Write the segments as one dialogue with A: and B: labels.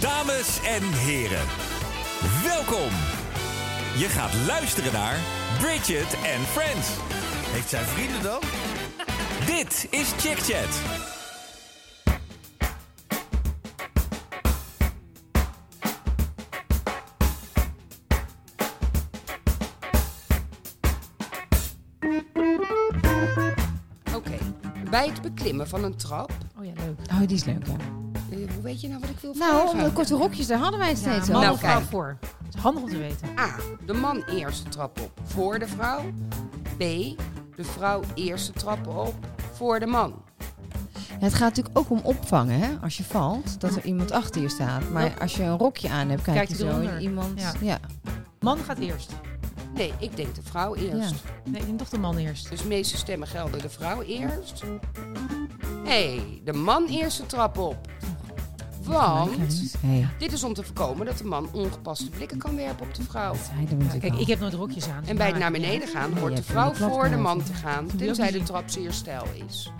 A: Dames en heren, welkom. Je gaat luisteren naar Bridget and Friends.
B: Heeft zij vrienden dan?
A: Dit is Chick Chat.
C: Oké. Bij het beklimmen van een trap.
D: Oh ja, leuk.
E: Oh, die is leuk, ja.
C: eh, hoe weet je nou wat ik wil
E: Nou,
C: vragen?
E: om de korte rokjes, daar hadden wij het steeds
D: man
C: Nou,
D: of vrouw
C: kijk.
D: voor. Het is handig om te weten.
C: A. De man eerst de trap op voor de vrouw. B. De vrouw eerst de trap op voor de man.
E: Het gaat natuurlijk ook om opvangen, hè? Als je valt, dat er iemand achter je staat. Maar als je een rokje aan hebt, kijk
D: Kijkt
E: je zo
D: eronder.
E: iemand...
D: Ja.
E: Ja.
D: Man gaat eerst.
C: Nee, ik denk de vrouw eerst.
D: Nee, ik denk toch de man eerst.
C: Dus de meeste stemmen gelden de vrouw eerst. Hé, hey, de man eerst de trap op. Want
E: Hey,
C: dit is om te voorkomen dat de man ongepaste blikken kan werpen op de vrouw.
E: dat zei de natuurlijk
D: Kijk,
E: al.
D: ik heb nooit rokjes aan. dus
C: En bij het
D: Maar-
C: naar beneden gaan hoort de
E: hebt
C: vrouw
E: een klap
C: voor de
E: gehad.
C: man te gaan, tenzij de
D: zien.
C: trap zeer stijl is.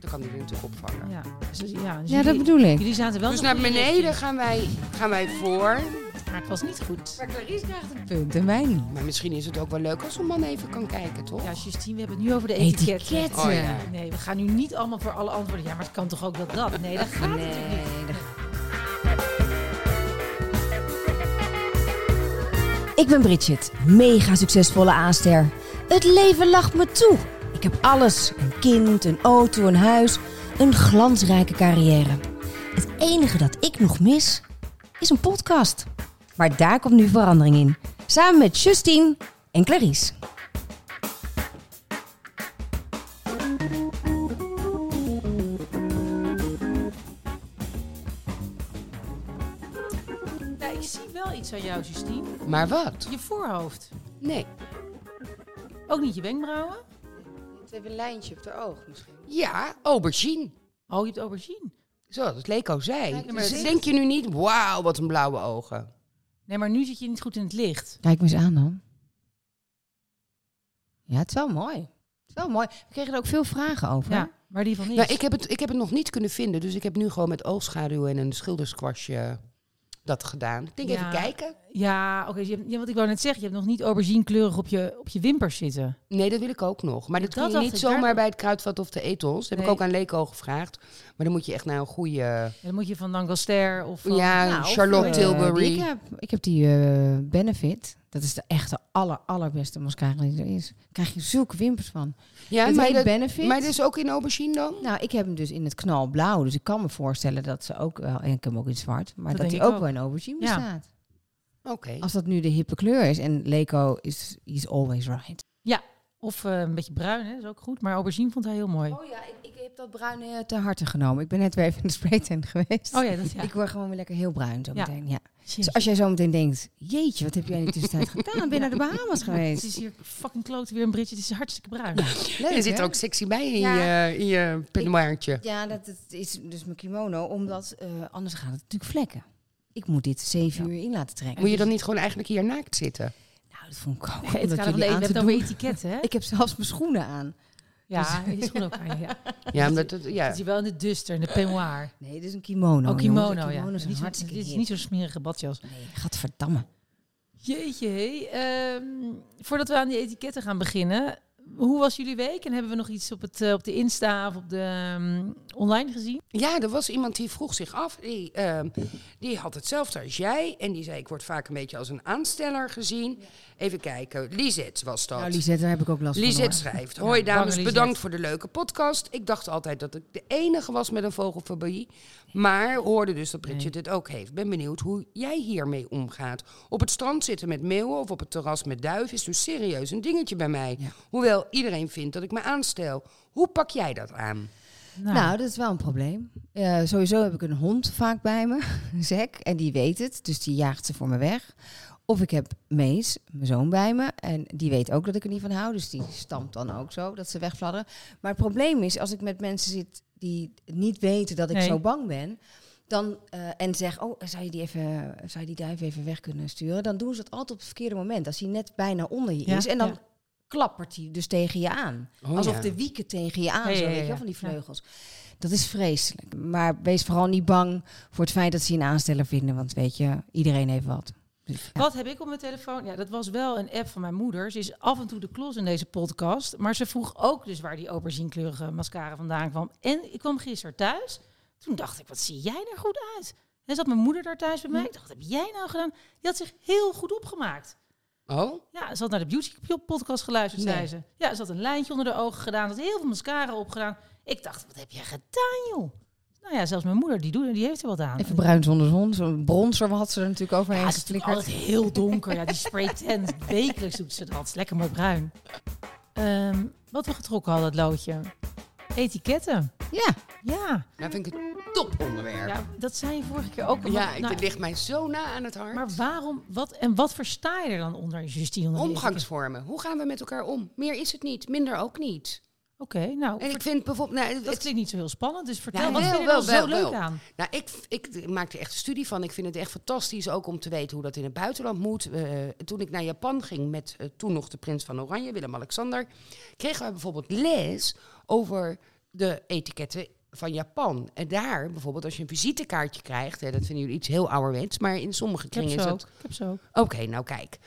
C: Dan kan die er natuurlijk opvangen.
D: Ja, dus- ja, dus
E: Ja, dat
D: jullie-
E: bedoel ik.
D: Jullie zaten wel
C: Dus
D: in
C: naar
D: de goede
C: beneden
D: richting,
C: gaan wij, gaan wij voor.
D: Maar het was niet goed.
E: Maar Clarice krijgt een punt en wij niet.
C: Maar misschien is het ook wel leuk als een man even kan kijken, toch?
D: Ja, Justine, we hebben het nu over de etiketten.
E: Etiketten.
C: Oh, ja.
D: Nee, we gaan nu niet allemaal voor alle antwoorden. Ja, maar het kan toch ook dat dat? Nee, dat gaat natuurlijk niet.
F: Ik ben Bridget, mega succesvolle aanster. Het leven lacht me toe. Ik heb alles: een kind, een auto, een huis, een glansrijke carrière. Het enige dat ik nog mis is een podcast. Maar daar komt nu verandering in. Samen met Justine en Clarice.
D: Nou, ik zie wel iets aan jou, Justine.
C: Maar wat?
D: Je voorhoofd.
C: Nee.
D: Ook niet je wenkbrauwen.
C: Het heeft een lijntje op de oog misschien. Ja, aubergine.
D: Oh, je hebt aubergine.
C: Zo, dat Leko zei.
D: Kijk, maar
C: Dus
D: het is-
C: denk je nu niet, wauw, wat een blauwe ogen.
D: Nee, maar nu zit je niet goed in het licht.
E: Kijk me eens aan dan. Ja, het is wel mooi. Het is wel mooi. We kregen er ook veel vragen over.
D: Ja, maar die van is.
C: Nou, ik heb, het, ik heb het nog niet kunnen vinden, dus ik heb nu gewoon met oogschaduw en een schilderskwastje dat gedaan. Ik denk even
D: Ja.
C: kijken.
D: Ja, oké. dus je hebt- ja, want ik wou net zeggen, je hebt nog niet auberginekleurig op je, op je wimpers zitten.
C: Nee, dat wil ik ook nog. Maar dat,
D: Dat
C: kun je
D: dacht
C: niet
D: ik,
C: zomaar
D: daar-
C: bij het kruidvat of de etels. Dat heb
D: Nee.
C: ik ook aan Leko gevraagd. Maar dan moet je echt naar een goede...
D: En dan moet je van Lancaster of van...
C: ja,
E: Nou, of,
C: Charlotte
E: eh,
C: Tilbury.
E: die ik, heb, ik heb die eh, Benefit. Dat is de echte aller, allerbeste mascara die er is. Daar krijg je zulke wimpers van.
C: ja,
E: het
C: maar
E: heet
C: dat,
E: Benefit.
C: maar dat is ook in aubergine dan?
E: Nou, ik heb hem dus in het knalblauw. Dus ik kan me voorstellen dat ze ook wel... En ik heb hem ook in zwart. Maar
D: Dat denk
E: dat, hij
D: ik
E: ook,
D: ook.
E: wel in aubergine
D: Ja.
E: bestaat.
C: Oké.
E: Als dat nu de hippe kleur is. En Leco is he's always right.
D: Of eh, een beetje bruin, hè, is ook goed. Maar aubergine vond hij heel mooi.
E: Oh ja, ik, ik heb dat bruin eh, te harte genomen. Ik ben net weer even in de spraytent geweest.
D: Oh ja, dat ja.
E: Ik word gewoon weer lekker heel bruin zo
D: Ja.
E: meteen. Ja.
D: Jezus,
E: Dus als jij zo meteen denkt... Jeetje, wat heb jij in de tussentijd gedaan? Ben je naar de Bahamas
D: Het
E: geweest?
D: is hier fucking klote weer een britje. Het is hartstikke bruin.
E: Leuk,
C: en zit
E: hè?
C: er ook sexy bij in
E: Ja.
C: je, in je peignoirtje.
E: Ja, dat, dat is dus mijn kimono, omdat eh, anders gaat het natuurlijk vlekken. Ik moet dit zeven uur in laten trekken.
C: Moet je dan niet gewoon eigenlijk hier naakt zitten?
E: Nou, dat vond ik ook.
D: Het gaat om de, je hebt het over etiketten, hè?
E: Ik dus- heb zelfs mijn schoenen aan.
D: Ja, die is goed ook aan je. Ja.
C: Ja, omdat het, ja.
D: Het is wel in de duster, in de peignoir.
E: Nee, dit is een
F: Nou,
E: kimono.
D: Oh,
E: jongens.
D: kimono, ja.
E: Kimono's
D: Niet
E: zijn
D: zo-
E: hartstikke
D: Dit is
E: hip.
D: niet zo'n smerige badjas.
E: Nee, gadverdamme.
D: Jeetje, hé. Ehm, voordat we aan die etiketten gaan beginnen, hoe was jullie week? En hebben we nog iets op, het, eh, op de Insta of op de ehm, online gezien?
C: ja, er was iemand die vroeg zich af. Die, ehm, die had hetzelfde als jij. En die zei, ik word vaak een beetje als een aansteller gezien. Even kijken. Lisette was dat.
E: Nou, Lisette, daar heb ik ook last
C: Lisette
E: van.
C: schrijft: Hoi
D: bange
C: dames,
D: Lisette.
C: bedankt voor de leuke podcast. Ik dacht altijd dat ik de enige was met een vogelfobie. Maar hoorde dus dat Bridget het ook heeft. Ben benieuwd hoe jij hiermee omgaat. Op het strand zitten met meeuwen of op het terras met duiven is dus serieus een dingetje bij mij.
E: Ja.
C: Hoewel iedereen vindt dat ik me aanstel. Hoe pak jij dat aan?
E: hoor. Nou, dat is wel een probleem. Eh, sowieso heb ik een hond vaak bij me, een zek, en die weet het, dus die jaagt ze voor me weg. Of ik heb Mees, mijn zoon, bij me, en die weet ook dat ik er niet van hou, dus die stampt dan ook zo, dat ze wegfladderen. Maar het probleem is, als ik met mensen zit die niet weten dat ik
D: Nee.
E: zo bang ben, dan, eh, en zeg, oh, zou je, die even, zou je die duif even weg kunnen sturen? Dan doen ze dat altijd op het verkeerde moment, als hij net bijna onder je
D: Ja,
E: is. En dan
D: ja.
E: klappert hij dus tegen je aan.
C: Oh,
E: Alsof
C: ja.
E: de wieken tegen je aan,
D: Ja,
E: zo,
D: ja, ja,
E: weet je
D: ja.
E: wel, van die
D: Ja.
E: vleugels. Dat is vreselijk. Maar wees vooral niet bang voor het feit dat ze je een aansteller vinden. Want weet je, iedereen heeft wat. Dus, ja.
D: Wat heb ik op mijn telefoon? Ja, dat was wel een app van mijn moeder. Ze is af en toe de klos in deze podcast. Maar ze vroeg ook dus waar die auberginekleurige mascara vandaan kwam. En ik kwam gisteren thuis. Toen dacht ik, wat zie jij er goed uit? En zat mijn moeder daar thuis bij mij. Ik dacht, wat heb jij nou gedaan? Die had zich heel goed opgemaakt.
C: Oh?
D: Ja, ze had naar de beauty podcast geluisterd, zei
E: Nee.
D: ze. Ja, ze had een lijntje onder de ogen gedaan. Ze had heel veel mascara opgedaan. Ik dacht, wat heb jij gedaan, joh? Nou ja, zelfs mijn moeder, die, doet, die heeft er wat aan.
E: Even bruin zonder zon. Zo'n bronzer had ze er natuurlijk overheen
D: Ja, ze is natuurlijk
E: geflikkerd.
D: altijd heel donker. Ja, die spray tent. Wekelijks doet ze dat. Het is lekker mooi bruin. Ehm, wat we getrokken hadden, het loodje. Etiketten.
E: Ja,
D: Ja.
C: Nou vind ik het toponderwerp. Ja,
D: ja, dat zei je vorige keer ook. al.
C: ik-
D: Want, nou,
C: dit ligt mij zo na aan het hart.
D: maar waarom, wat, en wat versta je er dan onder, Justine? onder die etiketten?
C: Omgangsvormen. Hoe gaan we met elkaar om? Meer is het niet, minder ook niet.
D: Oké, nou,
C: En
D: ver-
C: ik vind bijvoorbeeld... Nou,
D: dat
C: het-
D: klinkt niet zo heel spannend. Dus vertel,
C: Ja,
D: wat
C: wel,
D: vind je er dan
C: wel, wel,
D: zo leuk
C: wel.
D: aan?
C: Nou, ik, ik maak er echt een studie van. Ik vind het echt fantastisch ook om te weten hoe dat in het buitenland moet. Eh, toen ik naar Japan ging met eh, toen nog de prins van Oranje, Willem-Alexander, kregen wij bijvoorbeeld les over de etiketten van Japan. En daar bijvoorbeeld, als je een visitekaartje krijgt, hè, dat vinden jullie iets heel ouderwets, maar in sommige
D: Ik heb
C: kringen is
D: zo
C: het
D: ook. Ik heb zo ook.
C: Oké, nou kijk.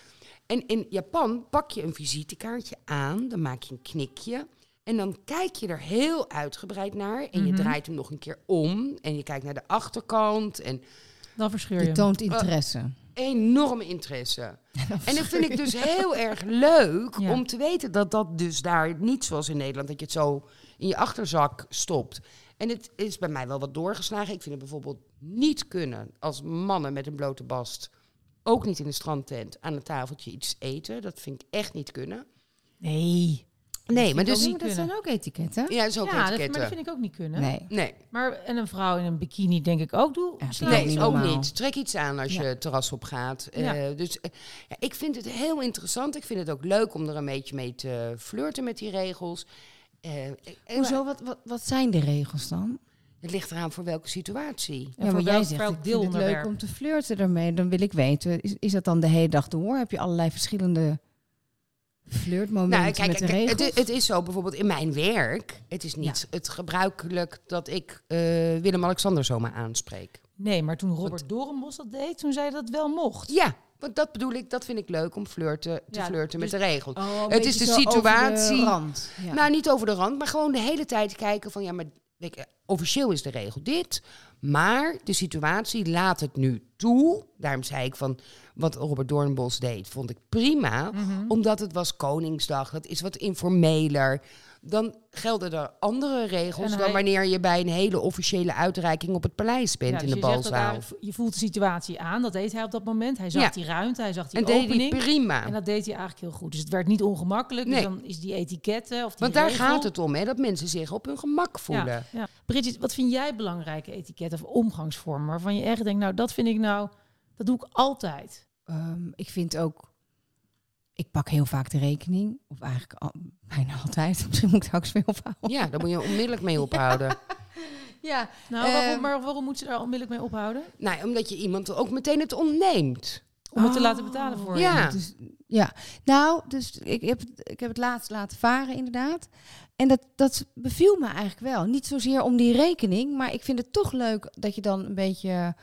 C: En in Japan pak je een visitekaartje aan, dan maak je een knikje. En dan kijk je er heel uitgebreid naar. En je draait hem nog een keer om. En je kijkt naar de achterkant. En
D: Dan verscheur
E: je
D: je hem.
E: toont interesse.
C: enorme interesse. En dat vind ik dus heel erg leuk
D: Ja.
C: om te weten dat dat dus daar niet zoals in Nederland, dat je het zo in je achterzak stopt. En het is bij mij wel wat doorgeslagen. Ik vind het bijvoorbeeld niet kunnen als mannen met een blote bast, ook niet in de strandtent, aan een tafeltje iets eten. Dat vind ik echt niet kunnen.
D: Nee.
C: Nee, maar
D: ik
C: dus...
D: ook
E: Nee,
D: niet
E: maar dat
D: kunnen.
E: zijn ook etiketten.
C: Ja, dat is ook
D: Ja, dat, maar dat
C: etiketten.
D: vind ik ook niet kunnen.
E: Nee.
C: Nee,
D: Maar en een vrouw in een bikini denk ik ook doe.
E: Ja,
D: sla-
E: Nou,
C: nee,
E: niet
C: is ook
E: normaal.
C: niet. Trek iets aan als je
E: Ja.
C: het terras op gaat. Eh,
D: Ja.
C: dus eh, ja, ik vind het heel interessant. Ik vind het ook leuk om er een beetje mee te flirten met die regels. Eh, eh,
E: Hoezo? Wat, wat, wat zijn de regels dan?
C: Het ligt eraan voor welke situatie.
D: En voor welk- voor welk
E: ik vind het leuk
D: deelonderwerp?
E: om te flirten ermee. Dan wil ik weten, is, is dat dan de hele dag door? Heb je allerlei verschillende flirtmomenten
C: Nou, kijk,
E: met de
C: kijk,
E: regels?
C: het, i- het is zo bijvoorbeeld in mijn werk. Het is niet het gebruikelijk dat ik eh, Willem-Alexander zomaar aanspreek.
D: Nee, maar toen Robert Dorenbos dat deed, toen zei dat het wel mocht.
C: Ja, want dat bedoel ik. Dat vind ik leuk om flirten, te
D: Ja,
C: flirten met de
D: dus-
C: regels.
E: Oh, een
C: het
E: beetje
C: is de
E: zo over
C: situatie.
E: rand. Ja.
C: Nou, niet over de rand, maar gewoon de hele tijd kijken van ja, maar weet je, officieel is de regel dit, maar de situatie laat het nu toe. Daarom zei ik van wat Robert Doornbos deed, vond ik prima,
D: Mhm.
C: omdat het was Koningsdag, dat is wat informeler. Dan gelden er andere regels
D: En
C: dan
D: hij-
C: wanneer je bij een hele officiële uitreiking op het paleis bent
D: Ja,
C: in
D: dus
C: de
D: je zegt
C: balzaal.
D: elkaar, je voelt de situatie aan, dat deed hij op dat moment. Hij zag
C: Ja.
D: die ruimte, hij zag die
C: En deed hij
D: opening.
C: prima.
D: en dat deed hij eigenlijk heel goed. Dus het werd niet ongemakkelijk.
C: Nee.
D: Dus dan is die etiketten of die
C: Want daar
D: regel-
C: gaat het om, hè, dat mensen zich op hun gemak voelen.
D: Ja, ja. Bridget, wat vind jij belangrijke etiketten of omgangsvormen waarvan je echt denkt, nou dat vind ik nou, dat doe ik altijd.
E: Ehm, ik vind ook, ik pak heel vaak de rekening. Of eigenlijk al- bijna altijd. Misschien moet ik daar ook veel van houden.
C: Ja, daar moet je onmiddellijk mee ophouden.
E: Ja,
D: Nou, waarom,
E: Ehm.
D: maar waarom moet ze daar onmiddellijk mee ophouden?
C: Nou, omdat je iemand ook meteen het ontneemt.
D: Om het te laten betalen voor je.
C: Oh, Ja.
E: Dus, ja, nou, dus ik heb, het- ik heb het laatst laten varen inderdaad. En dat, dat beviel me eigenlijk wel. Niet zozeer om die rekening, maar ik vind het toch leuk dat je dan een beetje,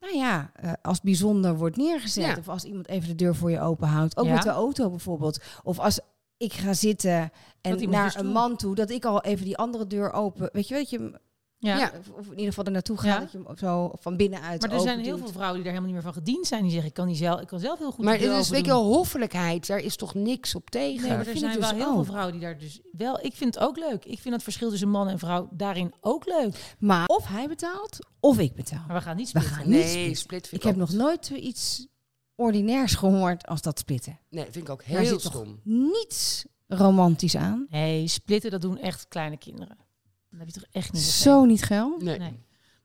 E: nou ja, eh, als bijzonder wordt neergezet.
C: Ja.
E: Of als iemand even de deur voor je open houdt. Ook
D: Ja.
E: met de auto bijvoorbeeld. Of als ik ga zitten
D: iemand dus
E: en
D: je
E: naar
D: stoel-
E: een man toe, dat ik al even die andere deur open, weet je, wel, dat je, hem-
D: Ja.
C: Ja.
E: of in ieder geval er naartoe gaat,
D: Ja.
E: dat je hem zo van binnenuit
D: Maar er zijn heel
E: openduwt.
D: veel vrouwen die daar helemaal niet meer van gediend zijn. Die zeggen, ik kan, die zelf, ik kan zelf heel goed
C: maar
D: de deur
C: het is
D: open
C: weet je
D: doen.
C: wel, hoffelijkheid, daar is toch niks op tegen?
D: Nee, maar
E: dat
D: er
E: vind ik
D: zijn
E: dus
D: wel heel veel
E: ook.
D: vrouwen die daar dus wel... Ik vind het ook leuk. Ik vind het verschil tussen man en vrouw daarin ook leuk.
E: Maar of hij betaalt, of ik betaal.
D: Maar we gaan niet
E: We
D: splitsen.
E: gaan niet
C: nee,
E: splitsen.
C: split vind
E: Ik
C: ik,
E: heb
C: ook-
E: nog nooit zoiets ordinairs gehoord als dat splitten.
C: Nee, vind ik ook
E: Daar
C: heel
E: zit toch
C: stom.
E: niets romantisch aan.
D: Nee, splitten, dat doen echt kleine kinderen. Dan heb je toch echt niet
E: Zo niet geil.
C: Nee.
D: Nee.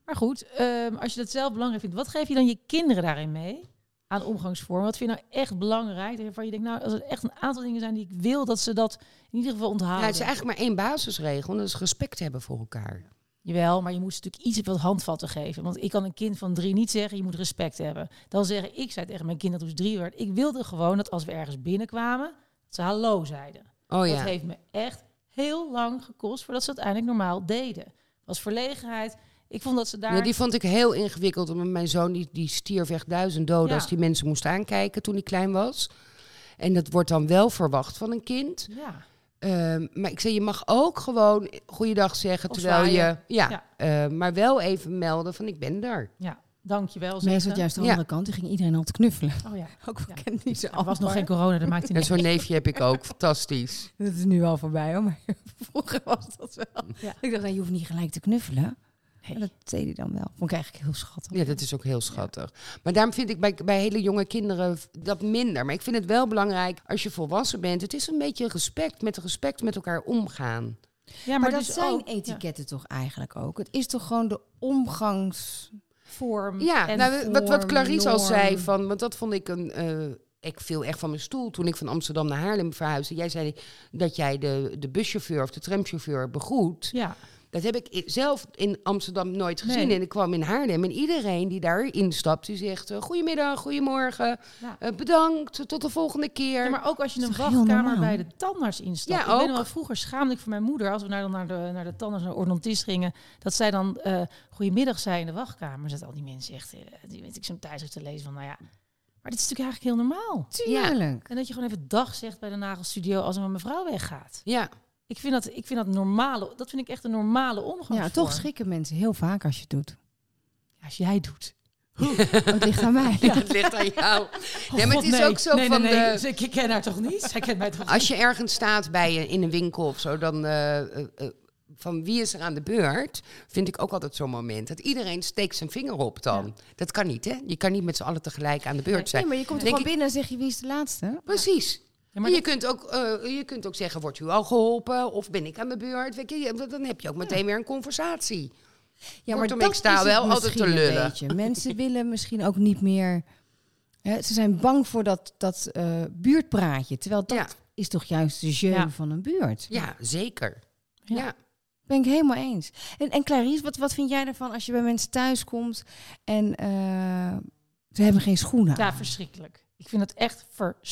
D: Maar goed, ehm, als je dat zelf belangrijk vindt... Wat geef je dan je kinderen daarin mee? Aan omgangsvorm. Wat vind je nou echt belangrijk? Waarvan je denkt, nou, als er echt een aantal dingen zijn die ik wil... dat ze dat in ieder geval
C: Ja,
D: onthouden.
E: Ah,
C: het is eigenlijk maar één basisregel, en dat is respect hebben voor elkaar.
D: Jawel, maar je moet ze natuurlijk iets wat handvatten geven. Want ik kan een kind van drie niet zeggen, je moet respect hebben. Dan zeggen ik zei tegen mijn kind dat toen ze drie werd. Ik wilde gewoon dat als we ergens binnenkwamen, dat ze hallo zeiden.
C: Oh
D: Dat
C: ja.
D: heeft me echt heel lang gekost voordat ze uiteindelijk normaal deden. was verlegenheid. Ik vond dat ze daar...
C: Ja, die vond ik heel ingewikkeld. Omdat mijn zoon die, die stierf echt duizend doden
D: Ja.
C: als die mensen moest aankijken toen hij klein was. En dat wordt dan wel verwacht van een kind.
D: Ja.
C: Ehm, maar ik zei, je mag ook gewoon goeiedag zeggen
D: Of
C: terwijl je...
D: zwaaien.
C: Ja,
D: Ja.
C: eh, maar wel even melden van ik ben daar.
D: ja, dankjewel
F: Meestal
D: zeggen.
F: het juist de
C: Ja.
F: andere kant. Die ging iedereen altijd knuffelen.
D: Oh ja.
F: Ook
D: Ja. Dus
F: bekend niet zo
D: Er was nog geen corona, dat maakte
C: En
D: niet
C: zo'n neefje heb ik ook, fantastisch.
F: Dat is nu al voorbij hoor, maar vroeger was dat wel.
D: Ja.
F: Ik dacht, nou, je hoeft niet gelijk te knuffelen.
D: Nee.
F: Maar Dat deed hij dan wel. Vond ik eigenlijk heel schattig.
C: Ja, dat is ook heel schattig. Maar daarom vind ik bij, bij hele jonge kinderen v- dat minder. Maar ik vind het wel belangrijk als je volwassen bent. Het is een beetje respect, met respect met elkaar omgaan.
D: Ja,
F: maar dat
D: dus
F: zijn
D: ook-
F: etiketten toch eigenlijk ook? Het is toch gewoon de omgangs...
D: ja, vorm.
C: Ja,
D: en
C: nou, wat, wat
F: vorm,
C: Clarice al zei,
F: norm.
C: van, want dat vond ik een... eh, ik viel echt van mijn stoel toen ik van Amsterdam naar Haarlem verhuisde. Jij zei dat jij de, de buschauffeur of de tramchauffeur begroet.
D: Ja,
C: Dat heb ik i- zelf in Amsterdam nooit gezien.
D: Nee.
C: En ik kwam in Haarlem en iedereen die daar instapt, die zegt... eh, goedemiddag, goedemorgen,
D: Ja.
C: eh, bedankt, tot de volgende keer.
D: Ja, maar ook als je
F: Dat
D: een
F: is toch heel
D: wachtkamer
F: normaal?
D: bij de tandarts instapt.
C: Ja,
D: ik weet nog
C: ook.
D: wel, vroeger schaamde ik voor mijn moeder als we naar, naar, de, naar de tandarts, naar de orthodontist gingen, dat zij dan eh goedemiddag zei in de wachtkamer. Zat al die mensen echt, eh, die weet ik zo'n tijdschrift te lezen van, nou ja, maar dit is natuurlijk eigenlijk heel normaal.
F: Tuurlijk.
D: En dat je gewoon even dag zegt bij de nagelstudio als een mevrouw weggaat.
C: Ja,
D: Ik vind dat, ik vind dat normale, dat vind ik echt een normale
F: Ja,
D: omgang.
F: toch schrikken mensen heel vaak als je het doet.
D: Als jij doet.
F: Het ligt aan mij.
C: dat ligt aan jou. Nee, maar
D: God,
C: het is
D: Oh, nee.
C: ook zo
D: Nee, nee,
C: van...
D: nee,
C: de, Ah,
D: ze- Ik ken haar toch niet? Zij kent mij toch niet?
C: Als je ergens staat bij een, in een winkel of zo, dan eh, eh, eh, van wie is er aan de beurt, vind ik ook altijd zo'n moment. Dat iedereen steekt zijn vinger op dan. Dat kan niet, hè? Je kan niet met z'n allen tegelijk aan de beurt zijn.
F: Nee, maar je komt
C: Denk
F: gewoon
C: ik-
F: binnen en zeg je wie is de laatste?
C: Precies.
D: Ja, maar
C: En je, kunt ook, eh, je kunt ook zeggen, wordt u al geholpen of ben ik aan de beurt? Weet je, je- dan heb je ook meteen weer een conversatie.
F: Ja,
C: Kortom,
F: dat
C: ik sta
F: is het
C: wel altijd
F: misschien
C: te
F: een
C: lullen.
F: beetje. Mensen willen misschien ook niet meer... Hè, ze zijn bang voor dat, dat eh, buurtpraatje. Terwijl dat
C: Ja.
F: is toch juist de jeu
D: Ja.
F: van een buurt.
C: Ja, zeker. Ja.
F: Ben ik helemaal eens. En, en Clarice, wat, wat vind jij ervan als je bij mensen thuis komt en eh, ze hebben geen schoenen?
D: Ja,
F: aan?
D: verschrikkelijk. Ik vind het echt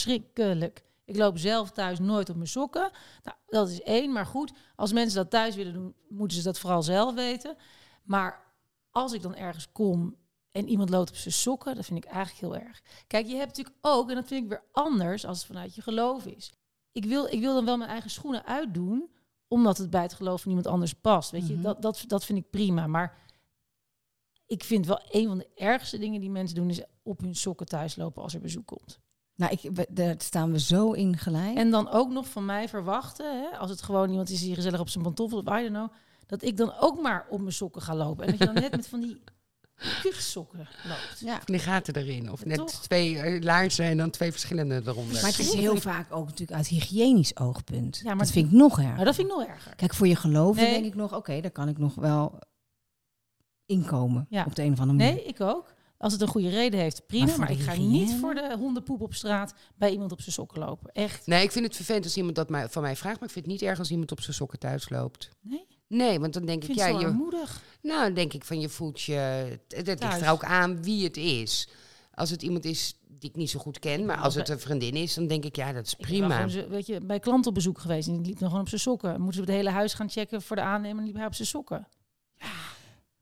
D: verschrikkelijk. Ik loop zelf thuis nooit op mijn sokken. Nou, dat is één. Maar goed, als mensen dat thuis willen doen, moeten ze dat vooral zelf weten. Maar als ik dan ergens kom en iemand loopt op zijn sokken, dat vind ik eigenlijk heel erg. Kijk, je hebt natuurlijk ook, en dat vind ik weer anders als het vanuit je geloof is. Ik wil, ik wil dan wel mijn eigen schoenen uitdoen, omdat het bij het geloof van iemand anders past. Weet je,
F: Mhm.
D: dat, dat, dat vind ik prima. Maar ik vind wel een van de ergste dingen die mensen doen, is op hun sokken thuis lopen als er bezoek komt.
F: Nou, ik, we- daar staan we zo in gelijk.
D: En dan ook nog van mij verwachten, hè, als het gewoon iemand is die gezellig op zijn pantoffel of I don't know, dat ik dan ook maar op mijn sokken ga lopen. En dat je dan net met van die kutsokken loopt.
F: ja.
C: Die gaten erin. Of net
D: Toch?
C: twee eh, laarzen en dan twee verschillende eronder.
F: Maar het is heel vaak ook natuurlijk uit hygiënisch oogpunt.
D: Ja, maar
F: dat
D: het-
F: vind ik nog erg.
D: Nou, dat vind ik nog erger.
F: Kijk, voor je geloven
D: Nee.
F: denk ik nog, oké, daar kan ik nog wel inkomen
D: Ja.
F: op de een of andere manier.
D: Nee, ik ook. Als het een goede reden heeft, prima.
F: Maar
D: Maar,
F: voor de
D: ik ga
F: hygiëne?
D: niet voor de hondenpoep op straat bij iemand op zijn sokken lopen. Echt.
C: Nee, ik vind het vervelend als iemand dat mij- van mij vraagt. Maar ik vind het niet erg als iemand op zijn sokken thuis loopt.
D: Nee, ik
C: Nee, want dan denk ik,
D: vind
C: ja,
D: het zo
C: je,
D: armoedig.
C: nou, dan denk ik van je voelt je. Het, het ligt
D: Thuis.
C: er ook aan wie het is. Als het iemand is die ik niet zo goed ken, maar als het een vriendin is, dan denk ik, ja, dat is
D: Ik ben wel
C: prima.
D: gewoon zo- weet je, bij klanten op bezoek geweest en die liep dan gewoon op zijn sokken. Moeten we het hele huis gaan checken voor de aannemer, liep hij op zijn sokken.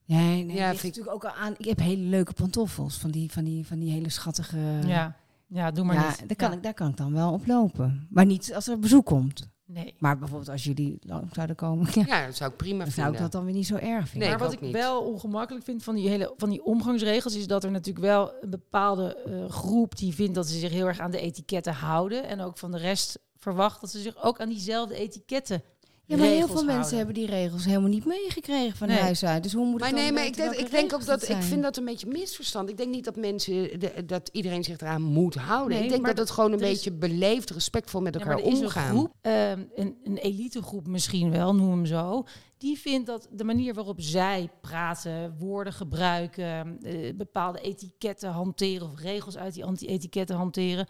F: Nee, nee,
C: Ja,
F: het ligt
C: vind ik-
F: natuurlijk ook al aan. Ik heb hele leuke pantoffels van die, van die, van die hele schattige.
D: Ja, ja doe maar
F: Eh, ja,
D: niet.
F: Daar, kan
D: Ja.
F: Ik, daar kan ik dan wel op lopen. Maar niet als er bezoek komt.
D: Nee.
F: Maar bijvoorbeeld als jullie lang zouden komen, ja,
C: Ja, dat zou ik prima
F: dan zou ik
C: vinden.
F: dat dan weer niet zo erg vinden.
C: Nee,
D: maar
C: ik
D: wat
C: ook
D: ik
C: niet.
D: wel ongemakkelijk vind van die, hele, van die omgangsregels... is dat er natuurlijk wel een bepaalde eh, groep die vindt dat ze zich heel erg aan de etiketten houden. En ook van de rest verwacht dat ze zich ook aan diezelfde etiketten
F: ja, maar heel
D: regels
F: veel mensen
D: houden.
F: hebben die regels helemaal niet meegekregen van
D: Nee.
F: huis uit. Dus hoe moet
C: Maar
F: ik dan
C: nee, maar ik
F: weten
C: denk,
F: welke
C: ik denk ook
F: regels
C: dat ik
F: zijn?
C: vind dat een beetje misverstand. Ik denk niet dat mensen de- dat iedereen zich eraan moet houden.
D: Nee,
C: ik denk
D: maar
C: dat het gewoon een
D: er is-
C: beetje beleefd, respectvol met
D: Ja, maar
C: elkaar
D: er is
C: omgaan.
D: Een, groep, eh, een, een elitegroep misschien wel, noem hem zo. Die vindt dat de manier waarop zij praten, woorden gebruiken, eh, bepaalde etiketten hanteren of regels uit die anti-etiketten hanteren.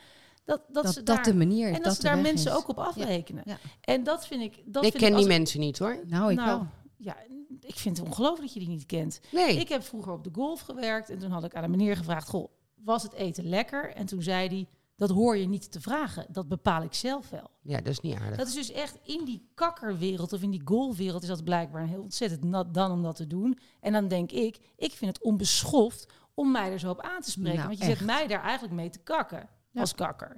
D: Dat, dat,
F: dat,
D: ze
F: dat
D: daar,
F: de manier.
D: en dat ze
F: de
D: daar
F: weg
D: mensen
F: is.
D: ook op afrekenen.
F: Ja.
D: En dat vind ik. Dat
C: ik
D: vind
C: ken
D: als-
C: die mensen niet hoor.
F: Nou, ik
D: Nou,
F: wel.
D: Ja, ik vind het ongelooflijk dat je die niet kent.
C: Nee.
D: Ik heb vroeger op de golf gewerkt en toen had ik aan een meneer gevraagd: Goh, was het eten lekker? En toen zei hij: dat hoor je niet te vragen. Dat bepaal ik zelf wel.
C: Ja, dat is niet aardig.
D: Dat is dus echt in die kakkerwereld of in die golfwereld is dat blijkbaar een heel ontzettend nat dan om dat te doen. En dan denk ik, ik vind het onbeschoft om mij er zo op aan te spreken.
E: Nou,
D: want je
E: echt.
D: zet mij daar eigenlijk mee te kakken als kakker.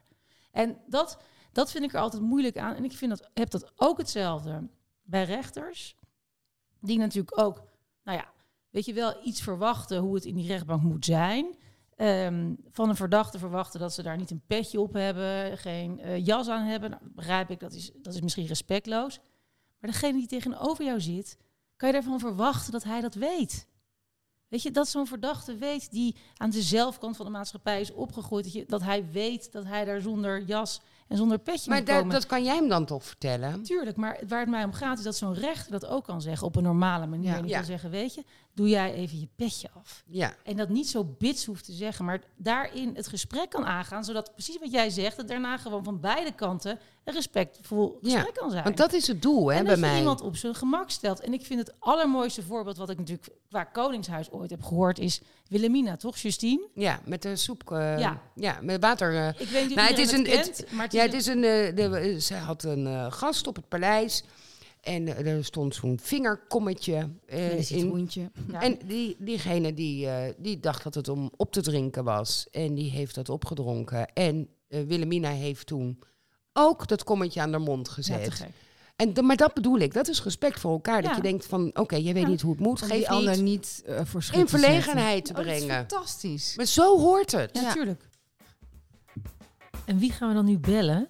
D: En dat, dat vind ik er altijd moeilijk aan. En ik vind dat, heb dat ook hetzelfde bij rechters. Die natuurlijk ook, nou ja, weet je wel, iets verwachten hoe het in die rechtbank moet zijn. Ehm, van een verdachte verwachten dat ze daar niet een petje op hebben, geen eh, jas aan hebben. Nou, begrijp ik, dat is, dat is misschien respectloos. Maar degene die tegenover jou zit, kan je daarvan verwachten dat hij dat weet. Weet je, dat zo'n verdachte weet die aan de zelfkant van de maatschappij is opgegroeid, dat, je, dat hij weet dat hij daar zonder jas en zonder petje
C: maar
D: moet
C: daar-
D: komen.
C: dat kan jij hem dan toch vertellen?
D: Tuurlijk, maar waar het mij om gaat is dat zo'n rechter dat ook kan zeggen op een normale manier.
E: Ja.
D: En die
C: Ja.
D: kan zeggen, weet je, doe jij even je petje af.
C: Ja.
D: En dat niet zo bits hoeft te zeggen, maar daarin het gesprek kan aangaan. Zodat precies wat jij zegt, het daarna gewoon van beide kanten een respectvol
C: Ja,
D: gesprek kan zijn.
C: Want dat is het doel, hè,
D: en
C: bij
D: dat je
C: mij.
D: iemand op zijn gemak stelt. En ik vind het allermooiste voorbeeld wat ik natuurlijk qua Koningshuis ooit heb gehoord is Wilhelmina, toch Justine?
C: Ja, met de soep. eh, ja.
D: Ja.
C: met water. eh.
D: Ik weet niet
C: Nou,
D: of
C: het is
D: iedereen
C: een- het-
D: kent, maar het is
C: ja, het is een. eh, de- ze had een eh, gast op het paleis. En eh, er stond zo'n vingerkommetje eh,
E: Met een
C: in.
F: Oh,
E: citroentje.
D: Ja.
C: En die, diegene die, eh, die dacht dat het om op te drinken was. En die heeft dat opgedronken. En eh, Willemina heeft toen ook dat kommetje aan haar mond
D: Ja, te
C: gezet.
D: gek.
C: en, d- maar dat bedoel ik. Dat is respect voor elkaar. Dat
D: Ja.
C: je denkt van, oké, jij weet
D: Ja.
C: niet hoe het moet.
E: Om die
C: Geef
E: ander
C: niet.
E: niet eh, voor schut
C: In
E: te zetten.
C: verlegenheid te
E: Oh, dat is
C: brengen.
E: fantastisch.
C: Maar zo hoort het.
D: Ja,
E: Ja.
D: natuurlijk. En wie gaan we dan nu bellen?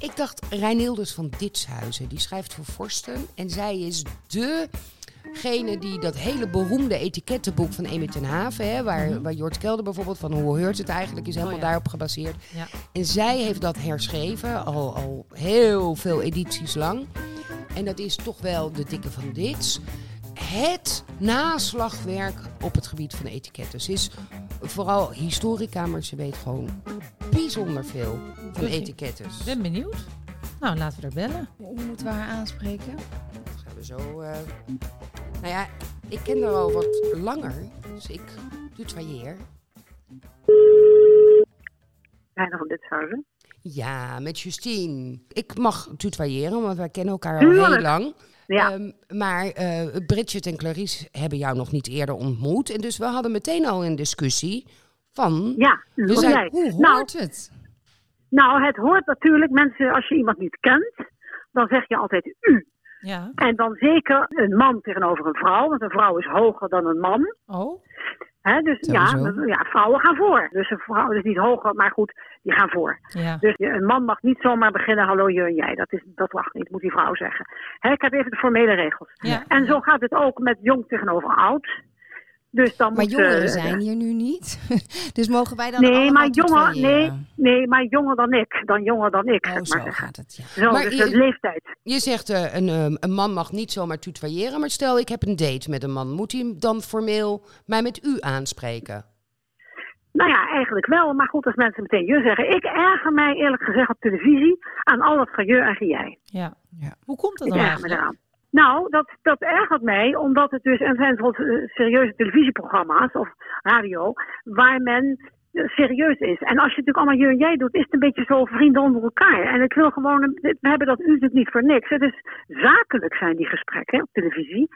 C: Ik dacht Reinildus van Ditshuizen, die schrijft voor Forsten. En zij is degene die dat hele beroemde etikettenboek van Amy ten Haven... Hè, waar, waar Jort Kelder bijvoorbeeld van Hoe heurt het eigenlijk, is helemaal
D: Mhm. Oh ja.
C: daarop gebaseerd.
D: Ja.
C: En zij heeft dat herschreven, al, al heel veel edities lang. En dat is toch wel de dikke van Dits. Het naslagwerk op het gebied van etiketten. Ze is vooral historica, maar ze weet gewoon bijzonder veel van
D: Dus ik-
C: etiketten.
D: Ik ben benieuwd. Nou, laten we er bellen.
E: Hoe moeten we haar aanspreken?
C: Dat gaan we zo. eh, Nou ja, ik ken haar al wat langer. Dus ik doe het hier.
G: Heilig van Ditshuizen.
C: Ja, met Justine. Ik mag tutoyeren, want wij kennen elkaar al
G: Tuurlijk.
C: heel lang.
G: Ja.
C: Ehm, maar eh Bridget en Clarice hebben jou nog niet eerder ontmoet. En dus we hadden meteen al een discussie van...
G: Ja,
C: we
G: hoe
C: zijn-
G: jij.
E: Hoe hoort
G: nou,
E: het?
G: nou, het hoort natuurlijk, mensen, als je iemand niet kent, dan zeg je altijd u.
D: Ja.
G: En dan zeker een man tegenover een vrouw, want een vrouw is hoger dan een man.
D: Oh,
G: Hè? Dus ja,
E: Sowieso.
G: ja, vrouwen gaan voor. Dus een vrouw is niet hoger, maar goed, die gaan voor.
D: ja.
G: Dus je- een man mag niet zomaar beginnen, hallo je en jij. Dat, is, dat mag niet, moet die vrouw zeggen. Hè, ik heb even de formele regels.
D: Ja.
G: En zo gaat het ook met jong tegenover oud. Dus dan
E: Maar
G: moet,
E: jongeren
G: eh,
E: zijn hier nu niet. dus mogen wij dan
G: Nee
E: allemaal
G: maar, jonger, nee,
E: tutoyeren?
G: nee, maar jonger dan ik. Dan jonger dan ik,
E: eh, Oh,
G: zeg
E: zo
G: maar zeggen.
E: gaat het, ja.
G: Zo,
C: Maar
G: dus
C: je-
G: de leeftijd.
C: Je zegt, eh, een, ehm, een man mag niet zomaar tutoyeren. Maar stel, ik heb een date met een man. Moet hij hem dan formeel mij met u aanspreken?
G: Nou ja, eigenlijk wel. Maar goed, als mensen meteen je zeggen. Ik erger mij eerlijk gezegd op televisie aan al dat van je en van jij.
D: ja.
E: Ja.
D: Hoe komt dat
G: Ik
D: dan
G: erger me
D: eigenlijk?
G: eraan. Nou, dat, dat ergert mij, omdat het dus... En het zijn bijvoorbeeld eh, serieuze televisieprogramma's of radio... waar men eh, serieus is. En als je natuurlijk allemaal je en jij doet... is het een beetje zo vrienden onder elkaar. En ik wil gewoon... een- We hebben dat u natuurlijk niet voor niks. Het is zakelijk zijn die gesprekken op televisie.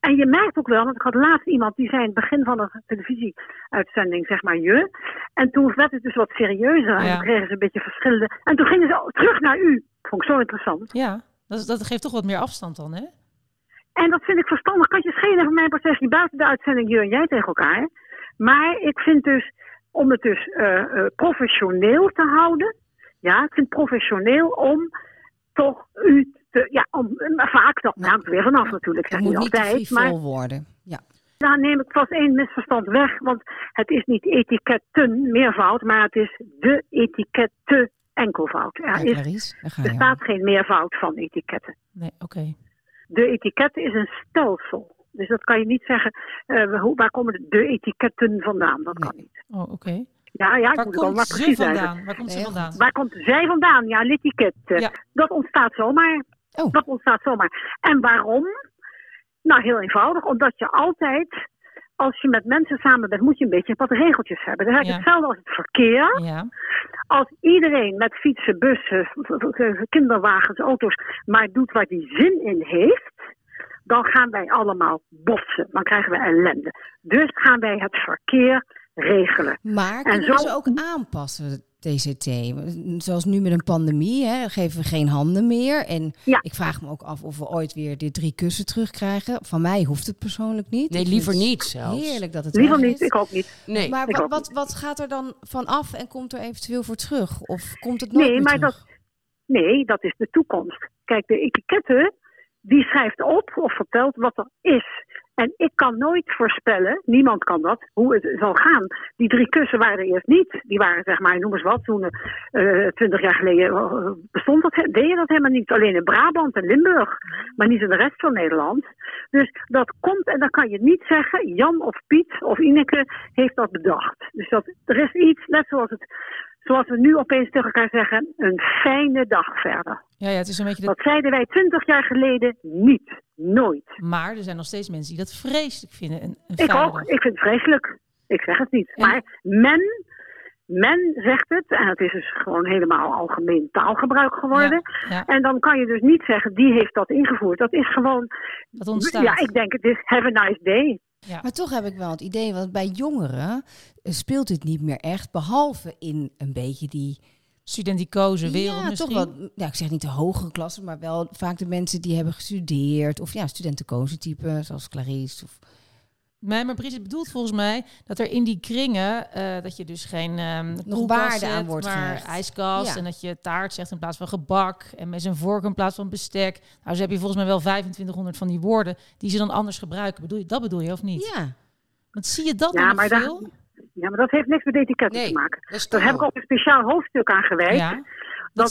G: En je merkt ook wel, want ik had laatst iemand... die zei in het begin van een televisieuitzending, zeg maar, je. En toen werd het dus wat serieuzer. En
D: Ja.
G: toen kregen ze een beetje verschillende... En toen gingen ze terug naar u. Vond ik zo interessant.
D: Ja, dat, dat geeft toch wat meer afstand dan, hè?
G: En dat vind ik verstandig. Kan je schelen van mijn part zeg je buiten de uitzending je en jij tegen elkaar. Maar ik vind dus, om het dus eh, eh, professioneel te houden. Ja, ik vind het professioneel om toch u te, ja, om, eh, maar vaak, dat hangt er weer vanaf natuurlijk,
E: Het
G: zeg niet
E: Nou, moet niet te
G: altijd. Maar
E: frivol worden. Ja.
G: daar neem ik vast één misverstand weg, want het is niet etiketten meervoud, maar het is de etikette enkelvoud.
E: Ja,
G: Er, is,
E: Clarice, daar ga
G: er
E: je.
G: staat geen meervoud van etiketten.
D: Nee, oké.
G: De etiketten is een stelsel. Dus dat kan je niet zeggen, eh, hoe, waar komen de- de etiketten vandaan? Dat kan niet.
D: Oh, oké.
G: Ja, ja, ik
D: Waar
G: moet het al
D: komt
G: maar
D: ze
G: precies zijn.
D: vandaan? Waar komt ze
E: Nee,
D: vandaan?
G: Waar komt zij vandaan? Ja, l'etiket. eh,
D: Ja.
G: Dat ontstaat zomaar.
E: Oh.
G: Dat ontstaat zomaar. En waarom? Nou, heel eenvoudig. Omdat je altijd als je met mensen samen bent, moet je een beetje wat regeltjes hebben. Dat is eigenlijk
D: Ja.
G: hetzelfde als het verkeer.
D: Ja.
G: Als iedereen met fietsen, bussen, kinderwagens, auto's, maar doet waar hij zin in heeft, dan gaan wij allemaal botsen. Dan krijgen we ellende. Dus gaan wij het verkeer regelen.
E: Maar
G: En
E: kunnen we
G: zo-
E: ze ook aanpassen, het TCT? Zoals nu met een pandemie, hè, geven we geen handen meer. En
G: Ja.
E: ik vraag me ook af of we ooit weer die drie kussen terugkrijgen. Van mij hoeft het persoonlijk niet.
C: Nee,
E: Ik
C: liever
E: vind het
C: niet zelfs.
E: Heerlijk dat het
G: Liever
E: weg
G: niet,
E: is.
G: ik ook niet.
C: Nee.
E: Maar
G: Ik
E: wat,
G: ook
E: wat, wat gaat er dan van af en komt er eventueel voor terug? Of komt het nooit
G: Nee,
E: meer
G: maar
E: terug?
G: Nee, dat is de toekomst. Kijk, de etiketten, die schrijft op of vertelt wat er is. En ik kan nooit voorspellen, niemand kan dat, hoe het zal gaan. Die drie kussen waren er eerst niet. Die waren, zeg maar, noem eens wat, toen twintig jaar geleden eh, bestond dat, he- deed je dat helemaal niet. Alleen in Brabant en Limburg, maar niet in de rest van Nederland. Dus dat komt en dan kan je niet zeggen, Jan of Piet of Ineke heeft dat bedacht. Dus dat, er is iets, net zoals het zoals we nu opeens tegen elkaar zeggen, een fijne dag verder.
D: Ja, ja, het is een beetje de...
G: Dat zeiden wij twintig jaar geleden niet. Nooit.
D: Maar er zijn nog steeds mensen die dat vreselijk vinden. Een, een
G: Ik
D: fijne
G: ook.
D: dag.
G: Ik vind het vreselijk. Ik zeg het niet. Maar men, men zegt het, en het is dus gewoon helemaal algemeen taalgebruik
D: Ja,
G: geworden.
D: ja.
G: En dan kan je dus niet zeggen, die heeft dat ingevoerd. Dat is gewoon,
D: Dat ontstaat.
G: ja, ik denk het is have a nice day.
E: Maar toch heb ik wel het idee, want bij jongeren eh, speelt dit niet meer echt. Behalve in een beetje die
D: Studenticoze wereld
E: ja,
D: misschien.
E: toch wel. Ja, ik zeg niet de hogere klasse, maar wel vaak de mensen die hebben gestudeerd. Of ja, studentenkozen type, zoals Clarice. Of...
D: Nee, maar Brigitte bedoelt volgens mij dat er in die kringen eh, dat je dus geen ehm koelkast
E: waarde
D: hebt,
E: aan wordt
D: maar
E: gehecht.
D: ijskast
E: Ja.
D: en dat je taart zegt in plaats van gebak en met zijn vork in plaats van bestek. Nou, ze hebben volgens mij wel 2500 van die woorden die ze dan anders gebruiken. Bedoel je dat bedoel je of niet?
E: Ja,
D: Want zie je dat
G: Ja,
D: dan nog
G: maar daar-
D: veel?
G: Ja, maar dat heeft niks met etiketten
C: Nee,
G: te maken.
C: dat is
G: Daar
C: taal.
G: heb ik ook een speciaal hoofdstuk aan gewijd.
D: Ja.
G: dat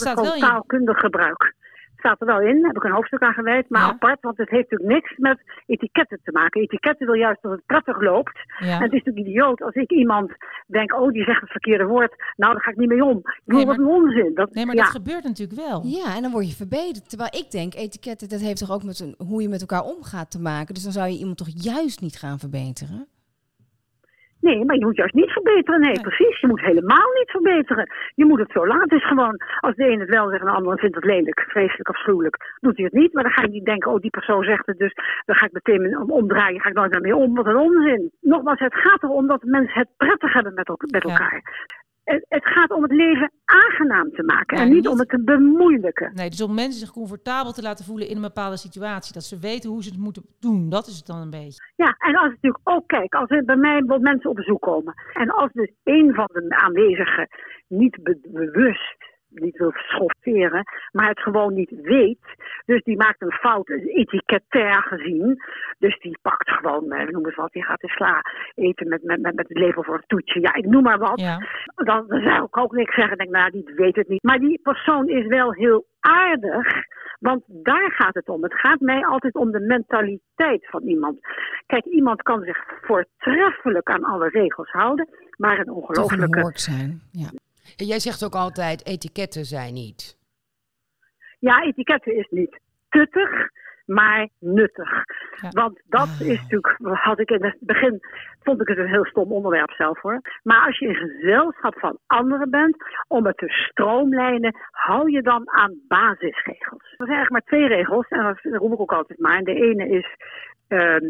D: staat
G: het
D: wel
G: gewoon
D: in je-
G: taalkundig gebruik. Staat er wel in, daar heb ik een hoofdstuk aan gewijd, maar
D: Ja.
G: apart, want het heeft natuurlijk niks met etiketten te maken. Etiketten wil juist dat het prettig loopt.
D: Ja.
G: En het is natuurlijk idioot als ik iemand denk, oh, die zegt het verkeerde woord, nou, daar ga ik niet mee om. Ik bedoel,
D: Nee,
G: wat
D: maar-
G: een onzin. Dat,
D: Nee, maar
G: ja.
D: dat gebeurt natuurlijk wel.
E: ja, en dan word je verbeterd. Terwijl ik denk, etiketten, dat heeft toch ook met een- hoe je met elkaar omgaat te maken. Dus dan zou je iemand toch juist niet gaan verbeteren?
G: Nee, maar je moet juist niet verbeteren. Nee, precies. Je moet helemaal niet verbeteren. Je moet het zo laten. Het is gewoon, als de ene het wel zegt en de ander vindt het lelijk, vreselijk, afschuwelijk, doet hij het niet. Maar dan ga je niet denken, oh, die persoon zegt het, dus dan ga ik meteen om- omdraaien, ga ik nooit meer mee om. Wat een onzin. Nogmaals, het gaat erom dat mensen het prettig hebben met, elk- met
D: Ja.
G: elkaar. Het, het gaat om het leven aangenaam te maken en
D: Ja,
G: niet,
D: niet-
G: om het te bemoeilijken.
D: Nee, dus om mensen zich comfortabel te laten voelen in een bepaalde situatie. Dat ze weten hoe ze het moeten doen. Dat is het dan een beetje.
G: Ja, en als het natuurlijk ook, kijk, als er bij mij bijvoorbeeld mensen op bezoek komen. En als dus een van de aanwezigen niet be- bewust, niet wil schofferen, maar het gewoon niet weet. Dus die maakt een fout, een etikettair gezien. Dus die pakt gewoon, eh, noem eens wat, die gaat de sla eten met, met, met, met het leven voor een toetje. Ja, ik noem maar wat.
D: Ja.
G: Dan, dan zou ik ook niks zeggen. Ik Denk, nou, die weet het niet. Maar die persoon is wel heel aardig. Want daar gaat het om. Het gaat mij altijd om de mentaliteit van iemand. Kijk, iemand kan zich voortreffelijk aan alle regels houden. Maar een
E: Toch een
G: ongelofelijke.
E: hork zijn. Ja.
C: En jij zegt ook altijd, etiketten zijn niet.
G: Ja, etiketten is niet tuttig, maar nuttig.
D: Ja.
G: Want dat is natuurlijk, had ik in het begin, vond ik het een heel stom onderwerp zelf hoor. Maar als je in gezelschap van anderen bent, om het te stroomlijnen, hou je dan aan basisregels. Er zijn eigenlijk maar twee regels, en dat roep ik ook altijd maar. En de ene is ehm,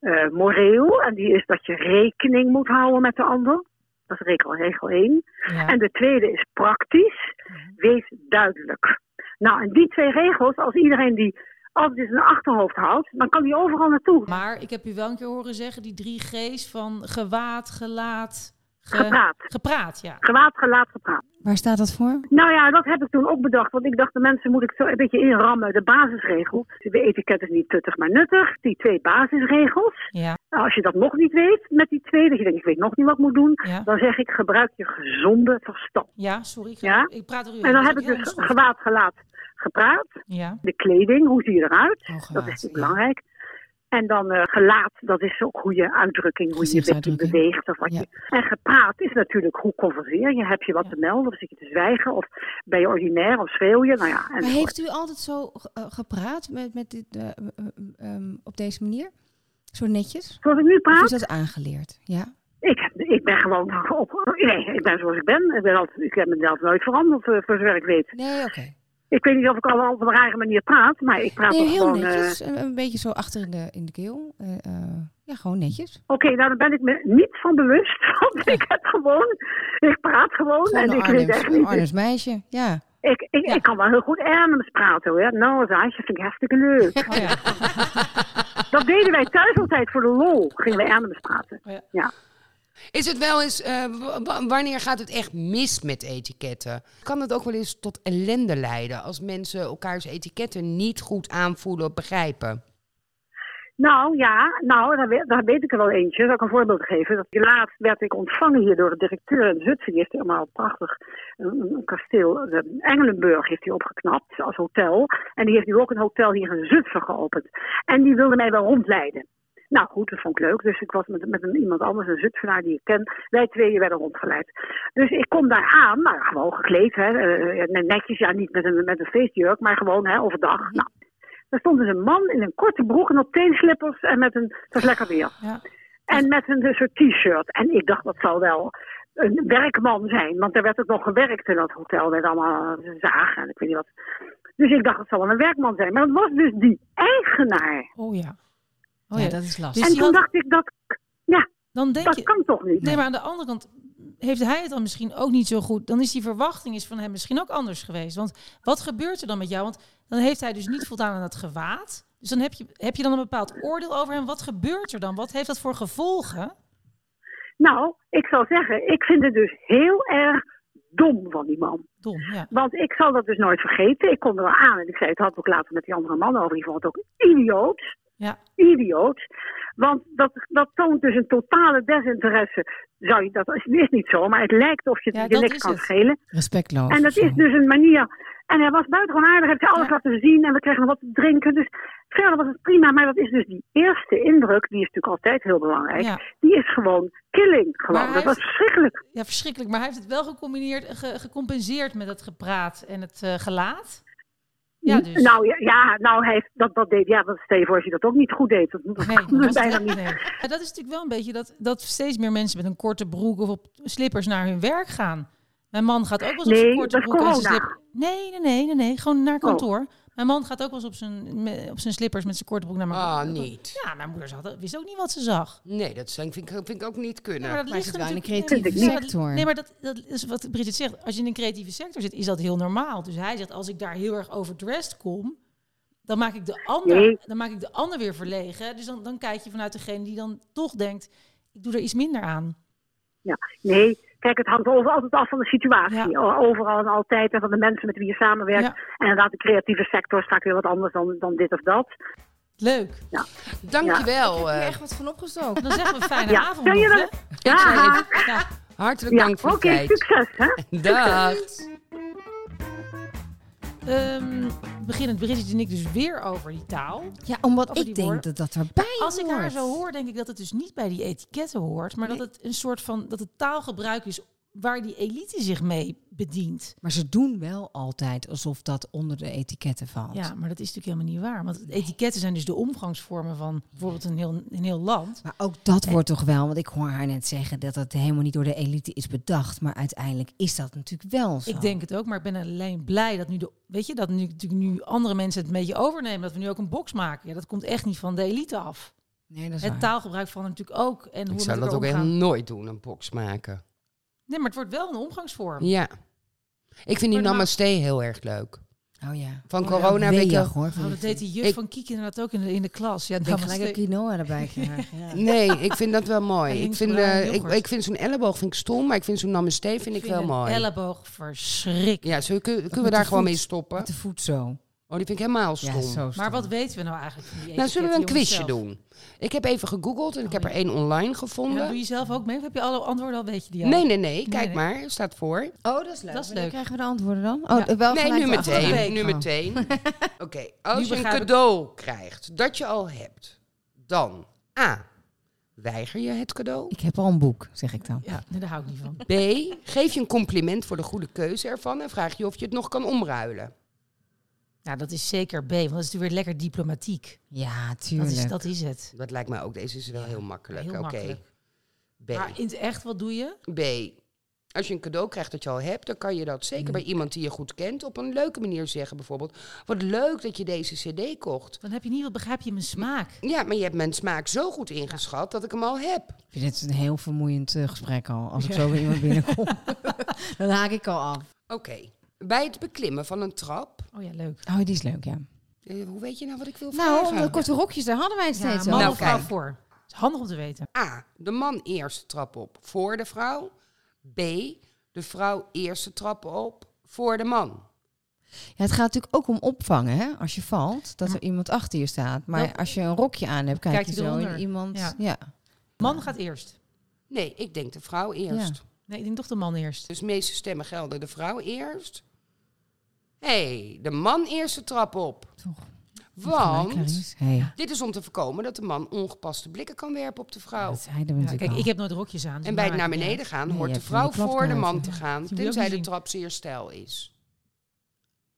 G: eh, moreel, en die is dat je rekening moet houden met de ander. Dat is regel, regel 1.
D: Ja.
G: En de tweede is praktisch. Wees duidelijk. Nou, en die twee regels, als iedereen die altijd in zijn achterhoofd houdt, dan kan die overal naartoe.
D: Maar ik heb u wel een keer horen zeggen, die drie G's van gewaad, gelaat, ge-
G: Gepraat.
D: gepraat, ja.
G: Gewaad, gelaat, gepraat.
E: Waar staat dat voor?
G: Nou ja, dat heb ik toen ook bedacht. Want ik dacht, de mensen moet ik zo een beetje inrammen. De basisregel. De etiket is niet tuttig, maar nuttig. Die twee basisregels.
D: ja.
G: Nou, Als je dat nog niet weet, met die twee, dat je denkt, ik weet nog niet wat ik moet doen.
D: Ja.
G: Dan zeg ik, gebruik je gezonde verstand.
D: Ja, sorry. Ik, ga-
G: Ja?
D: ik praat door u.
G: En dan
D: heen,
G: heb
D: dat
G: ik
D: is ook
G: dus
D: heel
G: gewaad, gelaat, gepraat.
D: goed. Ja.
G: De kleding, hoe zie je eruit?
E: Oh,
G: Dat
E: gewaad,
G: is natuurlijk
E: ja.
G: belangrijk. En dan eh, gelaat, dat is ook hoe je uitdrukking, hoe je je beetje
E: Gezichtsuitdrukking.
G: beweegt. Of wat
E: Ja.
G: je... En gepraat is natuurlijk hoe converseer je. Heb je wat te melden of zit je te zwijgen? Of ben je ordinair of schreeuw je? Nou ja,
E: Maar
G: enzovoort.
E: heeft u altijd zo eh, gepraat met, met dit, eh, eh, eh, op ehm, deze manier? Zo netjes?
G: Zoals ik nu
E: Of
G: praat,
E: is dat aangeleerd? Ja.
G: ik, heb- ik ben gewoon op. Nee, ik ben zoals ik ben. Ik, ben altijd, ik heb mezelf nooit veranderd, eh, voor zover ik weet.
E: Nee, oké.
G: Ik weet niet of ik al op een rare manier praat, maar ik praat
E: Nee,
G: toch
E: heel
G: gewoon. eh,
E: netjes. Een, een beetje zo achter in de, in de keel. Eh, eh, ja, gewoon netjes.
G: Oké, nou daar ben ik me niet van bewust. Want ik heb gewoon. Ik praat gewoon.
E: Gewoon
G: en
E: een
G: ik weet
E: Arnhems,
G: echt niet.
E: een Arnhems meisje. Ja.
G: Ik, ik, ik kan wel heel goed Ernems praten hoor. Nou, Zaantje vind ik hartstikke leuk.
D: Oh ja.
G: Dat deden wij thuis altijd voor de lol. Gingen we Ernems praten.
D: Oh ja.
G: Ja.
C: Is het wel eens, eh, w- w- wanneer gaat het echt mis met etiketten? Kan het ook wel eens tot ellende leiden als mensen elkaars etiketten niet goed aanvoelen of begrijpen?
G: Nou ja, nou, daar, we- daar weet ik er wel eentje. Zal ik een voorbeeld geven? Dat- Laatst werd ik ontvangen hier door de directeur in Zutphen. Die heeft helemaal prachtig een, een kasteel. De Engelenburg heeft hij opgeknapt als hotel. En die heeft nu ook een hotel hier in Zutphen geopend. En die wilde mij wel rondleiden. Nou goed, dat vond ik leuk. Dus ik was met, met een, iemand anders, een Zutphenaar die ik ken. Wij tweeën werden rondgeleid. Dus ik kom daar aan, maar gewoon gekleed. Hè, eh, eh, netjes, ja, niet met een, met een feestjurk, maar gewoon hè, overdag. Nou, daar stond dus een man in een korte broek en op teenslippers en met een, het was lekker weer.
D: Oh Ja.
G: En met een eh, soort t-shirt. En ik dacht, dat zal wel een werkman zijn. Want er werd ook nog gewerkt in dat hotel. Werd allemaal eh, zagen en ik weet niet wat. Dus ik dacht, dat zal wel een werkman zijn. Maar het was dus die eigenaar.
D: Oh ja. Oh
E: ja,
D: ja.
E: dat is
D: Dus
E: lastig.
G: en
D: die had-
G: toen dacht ik, dat,
D: Dan denk
G: dat
D: je,
G: kan toch niet?
D: Nee, maar aan de andere kant heeft hij het dan misschien ook niet zo goed. Dan is die verwachting is van hem misschien ook anders geweest. Want wat gebeurt er dan met jou? Want dan heeft hij dus niet voldaan aan het gewaad. Dus dan heb je, heb je dan een bepaald oordeel over hem. Wat gebeurt er dan? Wat heeft dat voor gevolgen?
G: Nou, ik zal zeggen, ik vind het dus heel erg dom van die man.
D: Dom, ja.
G: Want ik zal dat dus nooit vergeten. Ik kom er wel aan en ik zei, het had ik ook later met die andere man over. Die vond het ook idioot.
D: Ja,
G: idioot. Want dat, dat toont dus een totale desinteresse. Zou je, dat is niet zo, maar het lijkt of je het
D: Ja,
G: je
D: dat
G: niks
D: is
G: kan
D: het.
G: schelen.
E: Respectloos.
G: En dat
E: of zo.
G: is dus een manier. En hij was buitengewoon aardig, heeft hij alles laten zien en we kregen nog wat te drinken. Dus verder was het prima, maar dat is dus die eerste indruk, die is natuurlijk altijd heel belangrijk.
D: ja.
G: Die is gewoon killing. Gewoon.
D: Maar
G: dat
D: hij
G: was verschrikkelijk.
D: ja, verschrikkelijk. Maar hij heeft het wel gecombineerd, ge- gecompenseerd met het gepraat en het eh, gelaat. Ja, dus.
G: Nou ja, ja nou hij heeft, dat, dat deed, ja, dat stel je voor als je dat ook niet goed deed. Dat, dat
D: Nee,
G: kan
D: dat was
G: bijna
D: het
G: niet.
D: niet. Ja, dat is natuurlijk wel een beetje dat, dat steeds meer mensen met een korte broek of op slippers naar hun werk gaan. Mijn man gaat ook wel eens op zijn
G: Nee,
D: korte
G: dat is
D: broek en zijn
G: corona. Oh.
D: slip. Nee, nee, nee, nee, nee, gewoon naar kantoor. Mijn man gaat ook wel eens op zijn, me- op zijn slippers met zijn korte broek naar mijn
C: Ah, niet.
D: Ja, mijn moeder zat, wist ook niet wat ze zag.
C: Nee, dat zijn- vind ik, vind ik ook niet
D: Ja,
C: kunnen.
D: maar dat
E: Maar
D: ligt
E: zit wel in
D: natuurlijk-
E: een
D: nee, maar-
E: creatieve
D: nee, maar-
E: sector.
D: Nee, maar dat, dat is wat Bridget zegt. Als je in een creatieve sector zit, is dat heel normaal. Dus hij zegt, als ik daar heel erg overdressed kom, dan maak ik de ander,
G: Nee.
D: dan maak ik de ander weer verlegen. Dus dan, dan kijk je vanuit degene die dan toch denkt, ik doe er iets minder aan.
G: Nee, kijk, het hangt over, altijd af van de situatie.
D: Ja.
G: O- Overal en altijd en van de mensen met wie je samenwerkt.
D: Ja.
G: En inderdaad, de creatieve sector is vaak weer wat anders dan, dan dit of dat.
D: Leuk.
C: Dankjewel.
E: Ik heb
C: eh,
E: hier echt wat van opgestoken.
D: Dan zeggen we fijne
G: Ja,
D: avond
G: ken je
D: nog,
G: dat?
D: hè?
G: Ja,
D: Zeg even- ja.
C: hartelijk
G: ja.
C: dank voor
G: oké,
C: je tijd.
G: succes. Hè?
C: Dag.
D: Ehm, beginnen Bridget en ik dus weer over die taal.
E: Ja, omdat
D: Over die
E: ik denk
D: woorden.
E: dat dat erbij
D: Als ik haar
E: hoort.
D: zo hoor, denk ik dat het dus niet bij die etiketten hoort, maar dat het een soort van dat het taalgebruik is waar die elite zich mee bedient.
E: Maar ze doen wel altijd alsof dat onder de etiketten valt.
D: Ja, maar dat is natuurlijk helemaal niet waar, want etiketten zijn dus de omgangsvormen van bijvoorbeeld een heel, een heel land.
E: Maar ook dat wordt toch wel, want ik hoor haar net zeggen dat dat helemaal niet door de elite is bedacht. Maar uiteindelijk is dat natuurlijk wel zo.
D: Ik denk het ook, maar ik ben alleen blij dat nu de, weet je, dat nu natuurlijk nu andere mensen het een beetje overnemen, dat we nu ook een box maken. Ja, dat komt echt niet van de elite af.
E: Nee, dat is
D: Het
E: waar.
D: taalgebruik van natuurlijk ook en hoe
C: Ik
D: we
C: zou
D: met
C: dat
D: elkaar
C: ook echt
D: omgaan.
C: nooit doen, een box maken.
D: Nee, maar het wordt wel een omgangsvorm.
C: Ja. Ik vind die
D: Maar dan-
C: namaste heel erg leuk.
E: Oh ja.
C: Van
E: Oh,
C: corona
E: dat
C: weet ik
E: weeg,
C: wel-
E: hoor. van
D: Nou, dat
E: die-
D: deed die juf
C: Ik-
D: van Kiek inderdaad ook in de, in de klas. Ja,
E: Ik denk
D: dames,
E: gelijk een
D: de-
E: quinoa erbij krijgen. Ja.
C: Nee, ik vind dat wel
D: En
C: mooi. Ik
D: links
C: vind,
D: vooraan
C: eh, ik,
D: yoghurt.
C: ik vind zo'n elleboog vind ik stom, maar ik vind zo'n namaste vind ik,
D: vind
C: wel
D: een
C: mooi.
D: elleboog verschrikkelijk.
C: Ja, zo kun- kunnen
E: met
C: we
E: de
C: daar gewoon mee
E: voet.
C: stoppen?
E: Met de voet zo.
C: Oh, die vind ik helemaal stom.
E: Ja, zo
D: Maar
E: stom.
D: wat weten we nou eigenlijk van die
C: nou, zullen we een
D: etiketten,
C: quizje
D: jongens, zelf?
C: doen? Ik heb even gegoogeld en ik
D: Oh,
C: heb
D: ja.
C: er één online
D: En
C: gevonden.
D: dan doe je zelf ook mee? Of heb je alle antwoorden al? Weet je die al?
C: Nee, nee, nee. Kijk
D: nee.
C: maar. Staat voor.
E: Oh, dat is leuk.
D: Dat is
E: Wanneer
D: leuk.
E: krijgen we de antwoorden dan? Oh,
D: Ja.
E: wel
C: Nee,
E: gelijk
C: nu
D: volgende
E: de
C: meteen.
E: achterkant.
C: Nu
E: Oh.
C: meteen. Oké,
D: Nu
C: als je een
D: begrijp ik-
C: cadeau krijgt dat je al hebt, dan A. Weiger je het cadeau?
E: Ik heb al een boek, zeg ik dan.
D: Ja, nee, daar hou ik niet van.
C: B. Geef je een compliment voor de goede keuze ervan en vraag je of je het nog kan omruilen.
D: Nou, dat is zeker B, want dat is natuurlijk weer lekker diplomatiek.
E: Ja,
D: Dat
E: tuurlijk.
D: is, dat is het.
C: Dat lijkt mij ook. Deze is wel heel makkelijk.
D: Heel
C: Oké.
D: makkelijk.
C: B.
D: Maar in het echt, wat doe je?
C: B. Als je een cadeau krijgt dat je al hebt, dan kan je dat zeker
D: Mm.
C: bij iemand die je goed kent op een leuke manier zeggen. Bijvoorbeeld, wat leuk dat je deze cd kocht.
D: Dan heb je niet, wat begrijp je mijn smaak?
C: Ja, maar je hebt mijn smaak zo goed ingeschat dat ik hem al heb.
E: Ik vind het een heel vermoeiend eh, gesprek al. Als ik zo weer iemand binnenkom, dan haak ik al af.
C: Oké. Bij het beklimmen van een trap.
D: Oh ja, leuk.
E: Oh, die is leuk, ja.
C: eh, hoe weet je nou wat ik wil
E: Nou,
C: vragen?
E: omdat de korte rokjes, daar hadden wij het
D: Ja,
E: steeds
D: man
E: over.
C: Nou,
D: of vrouw
C: kijk.
D: voor. Het is handig om te weten.
C: A. De man eerst de trap op voor de vrouw. B. De vrouw eerst de trap op voor de man.
E: Ja, het gaat natuurlijk ook om opvangen, hè? Als je valt, dat er iemand achter je staat. Maar
D: Wel-
E: als je een rokje aan hebt, kijk,
D: Kijkt
E: je
D: hij
E: zo in
D: eronder?
E: iemand... Ja.
D: Ja. Man gaat eerst.
C: Nee, ik denk de vrouw eerst.
D: Nee, ik denk toch de man eerst.
C: Dus de meeste stemmen gelden de vrouw eerst. Hé, hey, de man eerst de trap op.
E: Toch.
C: Want
E: Hey,
C: dit is om te voorkomen dat de man ongepaste blikken kan werpen op de vrouw.
E: dat zeiden
D: Ja,
E: we natuurlijk
D: kijk, ik
E: al.
D: heb nooit rokjes aan. dus
C: En bij het
D: maakt
C: naar
D: niet
C: beneden
D: uit.
C: gaan
E: Nee,
C: hoort
E: je
C: de
E: hebt van
C: vrouw
E: die
C: voor de man te
E: klapkluiten.
C: gaan,
D: moet je ook
C: tenzij
D: niet
C: de
D: zien.
C: trap zeer stijl is.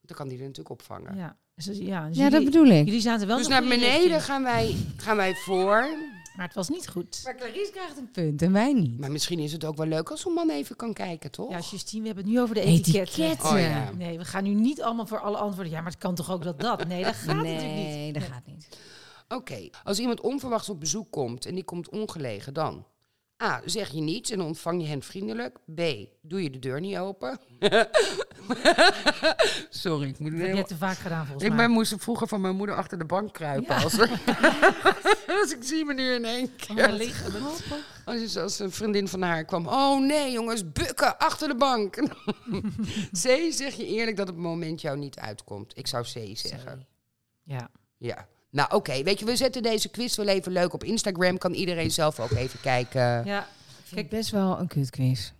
C: Dan kan die er natuurlijk opvangen.
D: Ja, dus, ja, dus
E: Ja, dat
D: jullie,
E: bedoel ik.
D: Jullie zaten wel
C: Dus
D: in
C: naar
D: de goede
C: beneden
D: richting,
C: gaan wij, gaan wij voor.
D: Maar het was niet goed.
E: Maar Clarice krijgt een punt en wij niet.
C: Maar misschien is het ook wel leuk als een man even kan kijken, toch?
D: Ja, Justine, we hebben het nu over de etiketten.
E: Etiketten.
C: Oh ja.
D: Nee, we gaan nu niet allemaal voor alle antwoorden. Ja, maar het kan toch ook dat dat? Nee, dat gaat natuurlijk niet.
E: Nee, dat gaat niet.
C: Oké, als iemand onverwachts op bezoek komt en die komt ongelegen, dan... A, zeg je niets en ontvang je hen vriendelijk. B, doe je de deur niet open. Sorry, ik moet
D: Dat heb
C: heel...
D: je te vaak gedaan volgens
C: Ik
D: mij.
C: ben, moest vroeger van mijn moeder achter de bank kruipen. Als, dus ik zie me nu in één keer.
D: Maar liggen we-
C: Als, je- als een vriendin van haar kwam. Oh nee, jongens, bukken achter de bank. C, zeg je eerlijk dat het moment jou niet uitkomt. Ik zou C zeggen.
D: Ja.
C: Ja. Nou, oké. Weet je, we zetten deze quiz wel even leuk op Instagram. Kan iedereen zelf ook even kijken.
D: ja.
E: Kijk, best wel een kutquiz.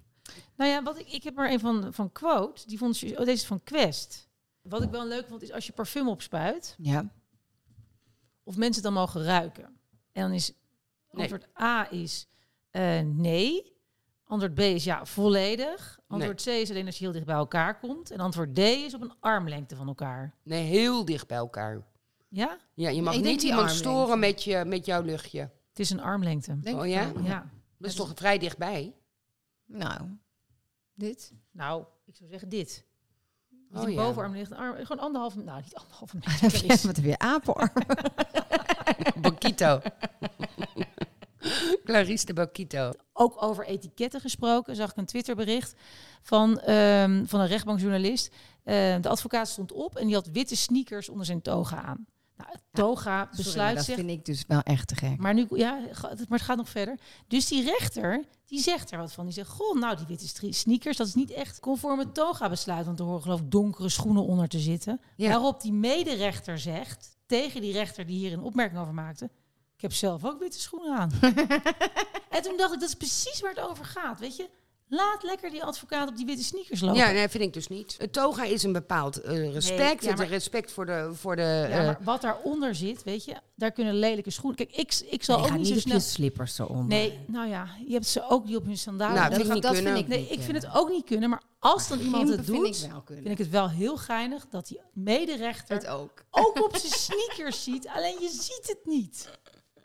D: Nou ja, wat ik, ik heb maar een van, van Quote. Die vond, oh, deze is van Quest. Wat ik wel leuk vond, is als je parfum opspuit,
E: Ja.
D: of mensen het dan mogen ruiken. En dan is antwoord A is eh, nee. Antwoord B is ja, volledig. Antwoord C is alleen als je heel dicht bij elkaar komt. En antwoord D is op een armlengte van elkaar.
C: Nee, heel dicht bij elkaar.
D: Ja,
C: Ja, je mag
E: Ik denk
C: niet
E: die
C: iemand
E: armlengte.
C: storen met, je, met jouw luchtje.
D: het is een armlengte.
E: Denk
C: oh
E: ik
C: ja?
E: wel.
D: Ja.
C: Dat is toch vrij dichtbij?
E: Nou, dit.
D: Nou, ik zou zeggen dit. Niet
C: Oh
D: een
C: ja.
D: bovenarm ligt een arm. Gewoon anderhalve, nou niet anderhalve
E: Dan heb
D: meter.
E: je,
D: Clarice.
E: wat heb je, apenarm?
C: Bakito. Clarice de Bakito.
D: Ook over etiketten gesproken zag ik een Twitterbericht van, ehm, van een rechtbankjournalist. Eh, de advocaat stond op en die had witte sneakers onder zijn toga aan. Nou, het toga besluit
E: dat
D: zich.
E: vind ik dus wel echt te gek.
D: Maar, nu, ja, ga- maar het gaat nog verder. Dus die rechter, die zegt er wat van. Die zegt, goh, nou die witte stre- sneakers, dat is niet echt conform het toga-besluit. Want er horen geloof ik donkere schoenen onder te zitten.
C: Ja.
D: Waarop die mederechter zegt, tegen die rechter die hier een opmerking over maakte... ik heb zelf ook witte schoenen aan. en toen dacht ik, dat is precies waar het over gaat, weet je. Laat lekker die advocaat op die witte sneakers lopen.
C: Ja, nee, vind ik dus niet. Het toga is een bepaald eh, respect.
D: Nee, ja,
C: Het
D: maar-
C: respect voor de... Voor de
D: Ja,
C: eh,
D: maar wat daaronder zit, weet je, daar kunnen lelijke schoenen... Kijk, ik, ik zal
E: je
D: ook
E: gaat
D: niet
E: niet
D: zo
E: op
D: snel...
E: je slippers zo onder.
D: Nee, nou ja, je hebt ze ook die op hun sandalen.
C: Nou,
D: Dat
C: vind ik niet kunnen.
E: vind ik
D: Nee, ik vind het ook niet kunnen, maar als dan iemand het doet,
E: eh, vind ik wel kunnen.
D: het wel heel geinig dat die mederechter
E: het ook.
D: ook op zijn sneakers ziet, alleen je ziet het niet.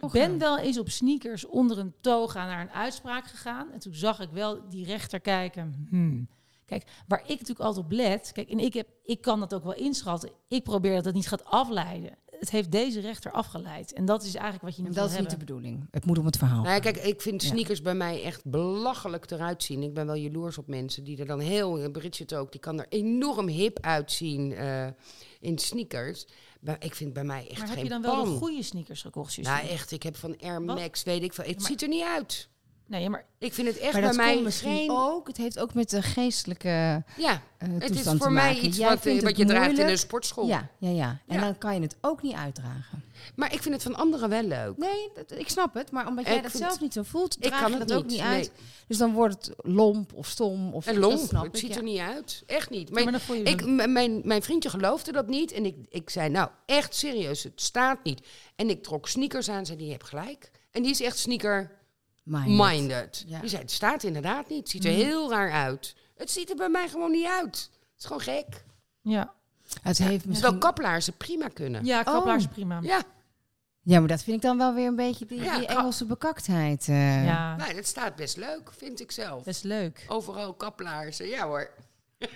D: Ik ben wel eens op sneakers onder een toga naar een uitspraak gegaan en toen zag ik wel die rechter kijken. hmm. Kijk, waar ik natuurlijk altijd op let, kijk, en ik, heb, ik kan dat ook wel inschatten, ik probeer dat het niet gaat afleiden. Het heeft deze rechter afgeleid en dat is eigenlijk wat je
E: En
D: niet
E: dat
D: wil
E: is niet de
D: hebben.
E: bedoeling. Het moet om het verhaal.
C: Nou ja, kijk, ik vind
E: Ja.
C: sneakers bij mij echt belachelijk eruit zien. Ik ben wel jaloers op mensen die er dan heel... eh, Bridget ook, die kan er enorm hip uitzien eh, in sneakers. Maar ik vind bij mij echt
D: Maar heb
C: geen
D: je dan wel
C: pan.
D: de goede sneakers gekocht, Suus?
C: Nou, echt, ik heb van Air
D: Wat?
C: Max, weet ik veel. Het
D: Maar-
C: ziet er niet uit.
D: Nee, ja, maar
C: Ik vind het echt
E: maar
C: bij
E: dat
C: mij
E: komt misschien
C: geen...
E: ook. Het heeft ook met de geestelijke
C: Ja,
E: eh
C: het is
E: toestand
C: voor
E: te
C: mij
E: maken.
C: iets
E: Jij
C: wat, eh,
E: vindt
C: wat
E: het
C: je draagt in
E: moeilijk.
C: een sportschool.
E: Ja, ja, ja. En
C: Ja.
E: dan kan je het ook niet uitdragen.
C: Maar ik vind het van anderen wel leuk.
E: Nee, dat- ik snap het. Maar omdat
C: Ik
E: jij dat
C: vind-
E: zelf niet zo voelt,
C: Ik
E: draag
C: kan
E: je
C: het
E: dat ook
C: niet,
E: niet uit. Dus dan wordt het lomp of stom. Of,
C: En
E: dat
C: lomp,
E: snap
C: het
E: ik,
C: ziet
E: ja.
C: er niet uit. Echt niet.
D: Ja,
C: Maar
D: maar dan voel je
C: ik,
D: je-
C: m- mijn, mijn vriendje geloofde dat niet. En ik, ik zei, nou echt serieus, het staat niet. En ik trok sneakers aan, zei die, je hebt gelijk. En die is echt sneaker-minded.
E: Minded. Ja.
C: Die zei, het staat inderdaad niet. Het ziet er heel raar uit. Het ziet er bij mij gewoon niet uit. Het is gewoon gek.
D: ja.
E: Het heeft misschien...
C: Terwijl kaplaarzen prima kunnen.
D: Ja, kaplaars prima.
C: Ja,
E: Ja, maar dat vind ik dan wel weer een beetje die,
C: Ja,
E: die
C: ka-
E: Engelse bekaktheid. eh.
D: Ja,
C: nou, dat staat best leuk, vind ik zelf.
D: dat is leuk.
C: Overal kaplaarzen, ja hoor.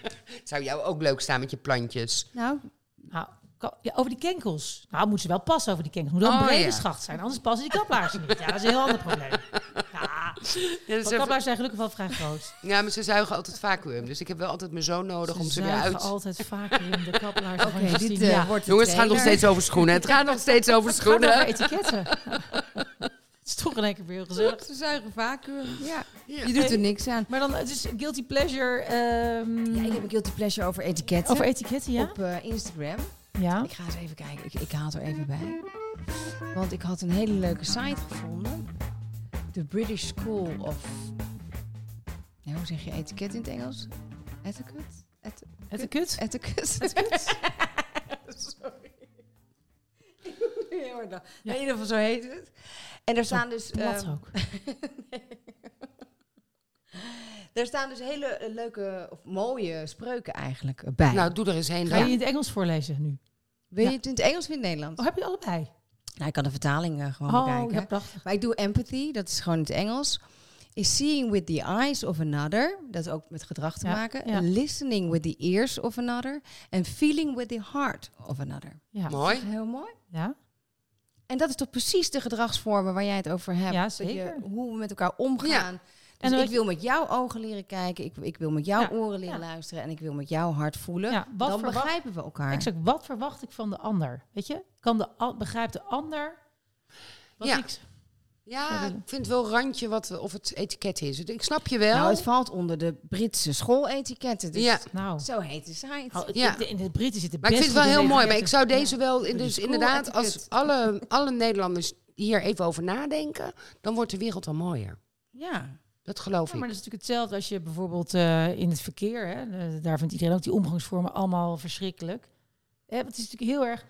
C: Het zou jou ook leuk staan met je plantjes.
E: Nou,
D: Nou, ka- ja, over die kenkels. Nou, moeten ze wel passen over die kenkels. Moet wel
C: Oh,
D: een brede
C: ja.
D: schacht zijn, anders passen die kaplaarzen niet. Ja, dat is een heel ander probleem. Ja,
C: Ja, dat
D: want
C: is even-
D: kaplaarzen zijn gelukkig wel vrij groot.
C: ja, maar ze zuigen altijd vacuüm. Dus ik heb wel altijd mijn zoon nodig om ze weer
D: zuigen
C: uit...
D: altijd vaker in de kaplaarzen
E: oké,
D: van Justine.
E: dit eh,
D: ja.
E: wordt de
C: Jongens, het gaat nog
E: trailer.
C: steeds over schoenen. Het gaat nog steeds over
D: Gaat het over
C: schoenen.
D: etiketten. Het is toch in één keer weer gezellig.
E: Ze zuigen vacuüm. Ja,
C: Ja.
E: je doet er niks aan.
D: Maar dan, het is guilty pleasure ehm,
E: Ja, ik heb een guilty pleasure over etiketten
D: over etiketten, ja?
E: op eh, Instagram.
D: Ja.
E: Ik ga eens even kijken. Ik, ik haal het er even bij. Want ik had een hele leuke site gevonden. The British School of... Nou, hoe zeg je etiket in het Engels? Etiquette? Et-
D: Het kut.
E: etiquette? Sorry. Ik moet er heel hard lachen. Nou, In ieder geval, zo heet het. En daar staan dus... ehm,
D: Plat ook.
E: daar staan dus hele eh, leuke of mooie spreuken eigenlijk eh, bij.
C: Nou, doe er eens heen.
D: Ga
C: dan.
D: je in het Engels voorlezen nu?
E: Wil
D: ja.
E: je het in het Engels of in het Nederlands?
D: Oh, heb je allebei?
E: Nou, ik kan de vertaling eh, gewoon
D: Oh,
E: bekijken.
D: ja, prachtig.
E: Maar ik doe empathy, dat is gewoon in het Engels. Is seeing with the eyes of another, dat is ook met gedrag te
D: Ja,
E: maken.
D: ja.
E: Listening with the ears of another. En feeling with the heart of another.
D: Ja.
C: Mooi.
E: Heel mooi.
D: ja.
E: En dat is toch precies de gedragsvormen waar jij het over hebt.
D: Ja,
E: Dat je-
D: zeker.
E: hoe we met elkaar omgaan.
D: En
E: Dus
D: wat
E: ik
D: je-
E: wil met jouw ogen leren kijken. Ik, ik wil met jouw
D: Ja,
E: oren leren
D: ja.
E: luisteren. En ik wil met jouw hart voelen.
D: Ja, wat
E: Dan
D: verwacht-
E: begrijpen we elkaar.
D: Exact, wat verwacht ik van de ander? Weet je? Kan de, an- begrijpt de ander wat
C: Ja.
D: ik...
C: Ja, ik vind wel randje wat, of het etiket is. Ik snap je wel.
E: Nou, het valt onder de Britse schooletiketten. Dus
C: Ja.
D: Nou,
E: Zo heet de site.
D: nou, het-
C: Ja.
D: ik- in het Britten zitten
C: maar ik
D: best
C: vind het wel
D: goede
C: heel mooi. Maar ik
D: etiketten.
C: zou deze wel... in-
E: Voor de
C: Dus
E: school
C: inderdaad, als
E: etiket.
C: alle, alle Nederlanders hier even over nadenken... dan wordt de wereld al mooier.
E: Ja.
C: Dat geloof
D: Ja,
C: ik.
D: maar dat is natuurlijk hetzelfde als je bijvoorbeeld eh, in het verkeer... Hè, eh, daar vindt iedereen ook die omgangsvormen allemaal verschrikkelijk. Hè, want het is natuurlijk heel erg...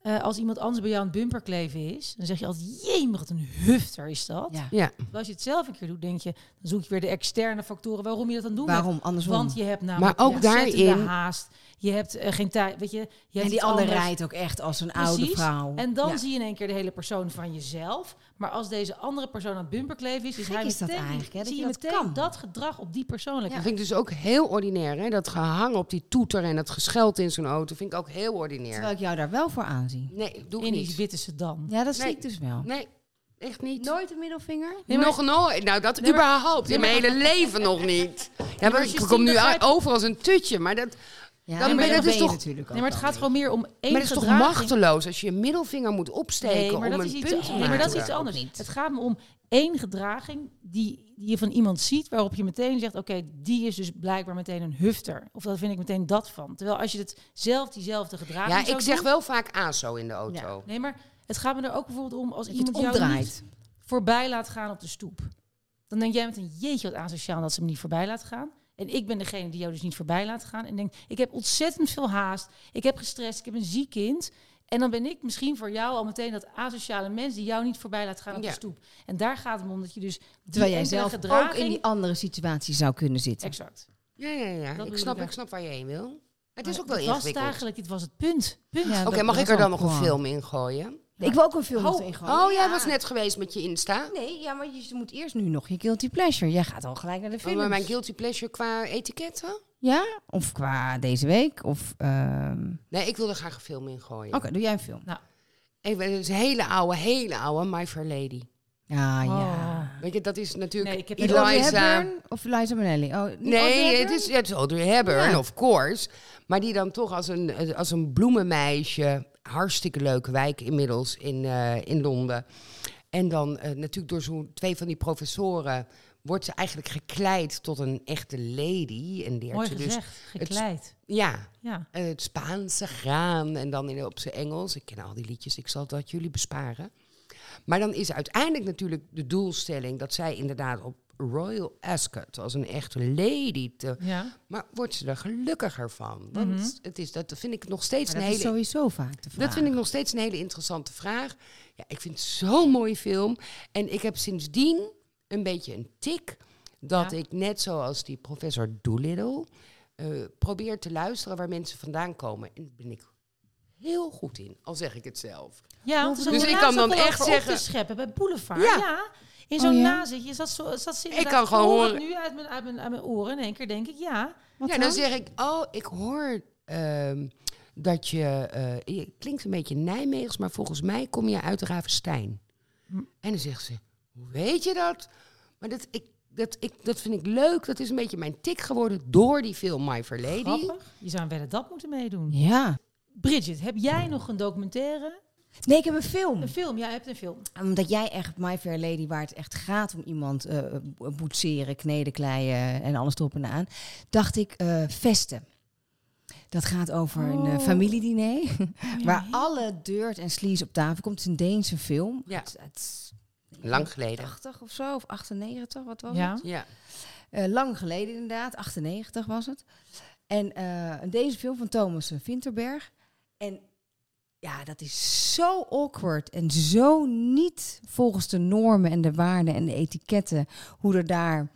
D: eh, als iemand anders bij jou aan het bumper kleven is... dan zeg je altijd, jemig, wat een hufter is dat.
E: ja.
C: Ja,
D: Maar Als je het zelf een keer doet, denk je... dan zoek je weer de externe factoren waarom je dat aan het doen bent.
E: Waarom? Andersom.
D: Want je hebt namelijk
C: Maar ook
D: ontzettende
C: daarin-
D: haast. Je hebt eh, geen tijd, weet je. je hebt
E: en die
D: iets
E: ander
D: anders.
E: rijdt ook echt als een oude
D: Precies.
E: vrouw.
D: En dan
E: Ja.
D: zie je in één keer de hele persoon van jezelf. Maar als deze andere persoon aan het bumperkleven is, is
E: Gek
D: hij
E: is dat
D: meteen,
E: eigenlijk, hè, dat
D: zie
E: je
D: je,
E: dat
D: meteen
E: kan.
D: dat gedrag op die persoonlijke.
C: dat vind ik dus ook heel ordinair. Hè? Dat gehang op die toeter en dat gescheld in zo'n auto vind ik ook heel ordinair.
E: Terwijl ik jou daar wel voor aanzie.
C: Nee, doe ik
D: In die
C: niet.
D: witte sedan.
E: Ja, dat
C: Nee.
E: zie ik dus wel.
C: Nee, echt niet.
E: Nooit een middelvinger?
C: nog nooit. Nou, dat überhaupt. in mijn hele leven nog niet. Ja, maar ik
D: Justine,
C: kom nu
D: begrijp-
C: over als een tutje. Maar dat,
E: Ja,
C: Dan ben-
E: maar
C: dat
E: ben
C: is
E: je
C: toch-
E: natuurlijk ook
D: Nee, maar het
E: wel
D: gaat gewoon meer om één
C: maar dat is toch
D: gedraging.
C: machteloos als je je middelvinger moet opsteken
D: Nee, maar
C: om
D: dat
C: een
D: is iets,
C: punt te
D: nee,
C: maken.
D: maar dat is iets anders.
E: niet.
D: Het gaat me om één gedraging die, die je van iemand ziet, waarop je meteen zegt: oké, die is dus blijkbaar meteen een hufter. Of dat vind ik meteen dat van. Terwijl als je het zelf diezelfde gedraging.
C: Ja,
D: zou
C: ik zeg
D: doen-
C: wel vaak ASO in de auto.
D: Nee, maar het gaat me er ook bijvoorbeeld om als
E: Dat je het
D: iemand jou niet
E: omdraait.
D: voorbij laat gaan op de stoep. Dan denk jij met een jeetje wat asociaal dat ze me niet voorbij laat gaan. En ik ben degene die jou dus niet voorbij laat gaan. En denk, ik heb ontzettend veel haast. Ik heb gestrest. Ik heb een ziek kind. En dan ben ik misschien voor jou al meteen dat asociale mens die jou niet voorbij laat gaan op
C: Ja.
D: de stoep. En daar gaat het om dat je dus. die
E: Terwijl jij
D: enkele
E: zelf ook in
D: gedraging-
E: die andere situatie zou kunnen zitten.
D: Exact.
C: Ja, ja, ja.
D: bedoel
C: Ik
D: ik
C: snap, ik
D: eigenlijk.
C: snap waar je heen wil. Het is ook wel
D: Dit was het
C: ingewikkeld.
D: eigenlijk, dit was het punt. Punt.
E: Ja,
D: Ja,
C: Oké,
E: dat-
C: mag
E: dat
C: ik er
E: is
C: dan
E: wel
C: nog een
E: gewoon.
C: film in gooien?
E: Ik wil ook een film
D: Oh.
E: meteen gewoon.
C: Oh, jij was net geweest met je Insta.
E: Nee, ja, maar je moet eerst nu nog je guilty pleasure. Jij gaat al gelijk naar de
C: Oh,
E: film.
C: maar mijn guilty pleasure qua etiketten?
E: Ja? Of qua deze week. Of, ehm,
C: Nee, ik wil er graag een film in gooien.
E: Oké, doe jij een film.
C: Ik weet- het is een hele oude, hele oude My Fair Lady.
E: Ah, ja.
D: Oh.
C: Weet je, dat is natuurlijk
D: Nee, ik heb
E: Met Audrey
C: Eliza.
E: Hepburn Of Liza Minnelli? Oh, niet Audrey
C: Nee, het
E: Hepburn?
C: is, het is Audrey Hepburn,
E: Ja.
C: of course. Maar die dan toch als een, als een bloemenmeisje... hartstikke leuke wijk inmiddels in, eh, in Londen. En dan eh, natuurlijk door zo'n twee van die professoren... wordt ze eigenlijk gekleid tot een echte lady. En leert
D: Mooi
C: ze dus...
D: gezegd, gekleid.
C: Ja,
D: Ja.
C: eh, het Spaanse graan en dan in, op zijn Engels. Ik ken al die liedjes, ik zal dat jullie besparen. Maar dan is uiteindelijk natuurlijk de doelstelling dat zij inderdaad op Royal Ascot als een echte lady te.
D: Ja.
C: Maar wordt ze er gelukkiger van? Want het is, dat vind ik nog steeds
E: Mhm. Maar
C: een
E: dat is
C: hele.
E: sowieso vaak de vraag.
C: Dat vind ik nog steeds een hele interessante vraag. Ja, ik vind het zo'n mooie film. En ik heb sindsdien een beetje een tik dat
D: Ja.
C: ik net zoals die professor Doolittle eh, probeer te luisteren waar mensen vandaan komen. En daar ben ik heel goed in, al zeg ik het zelf.
D: Ja, want er
C: Dus
D: zat
C: ik
D: laatst
C: kan
D: ook
C: dan
D: wel
C: echt
D: over
C: zeggen-
D: Op te scheppen bij Boulevard.
C: Ja.
D: Ja. In zo'n
E: Oh, ja?
D: nazitje. Is dat zo, is dat zin inderdaad-
C: kan gewoon
D: ik hoor
C: horen-
D: het nu uit mijn, uit, mijn, uit mijn oren in één keer, denk ik. Ja.
C: ja, dan? zeg ik, oh, ik hoor ehm, dat je, eh, je klinkt een beetje Nijmeegs, maar volgens mij kom je uit Ravenstein. En dan zegt ze, hoe weet je dat? Maar dat, ik, dat, ik, dat vind ik leuk, dat is een beetje mijn tik geworden door die film My Fair Lady.
D: Grappig. Je zou een wedden dat moeten meedoen.
E: Ja.
D: Bridget, heb jij nog een documentaire?
E: Nee, ik heb een film.
D: Een film? Ja, je hebt een film.
E: Omdat jij echt My Fair Lady, waar het echt gaat om iemand eh boetseren, kneden, kleien en alles erop en aan, dacht ik eh, vesten. Dat gaat over een
C: Oh.
E: eh, familiediner, waar alle deurt en slies op tafel komt. Het is een Deense film.
C: Ja.
E: Het, het
C: Lang geleden.
E: 80 of zo, of 98, wat was
D: Ja.
E: het?
C: Ja.
E: Eh, lang geleden inderdaad, 98 was het. En eh, deze film van Thomas Vinterberg. En ja, dat is zo awkward en zo niet volgens de normen en de waarden en de etiketten. Hoe er daar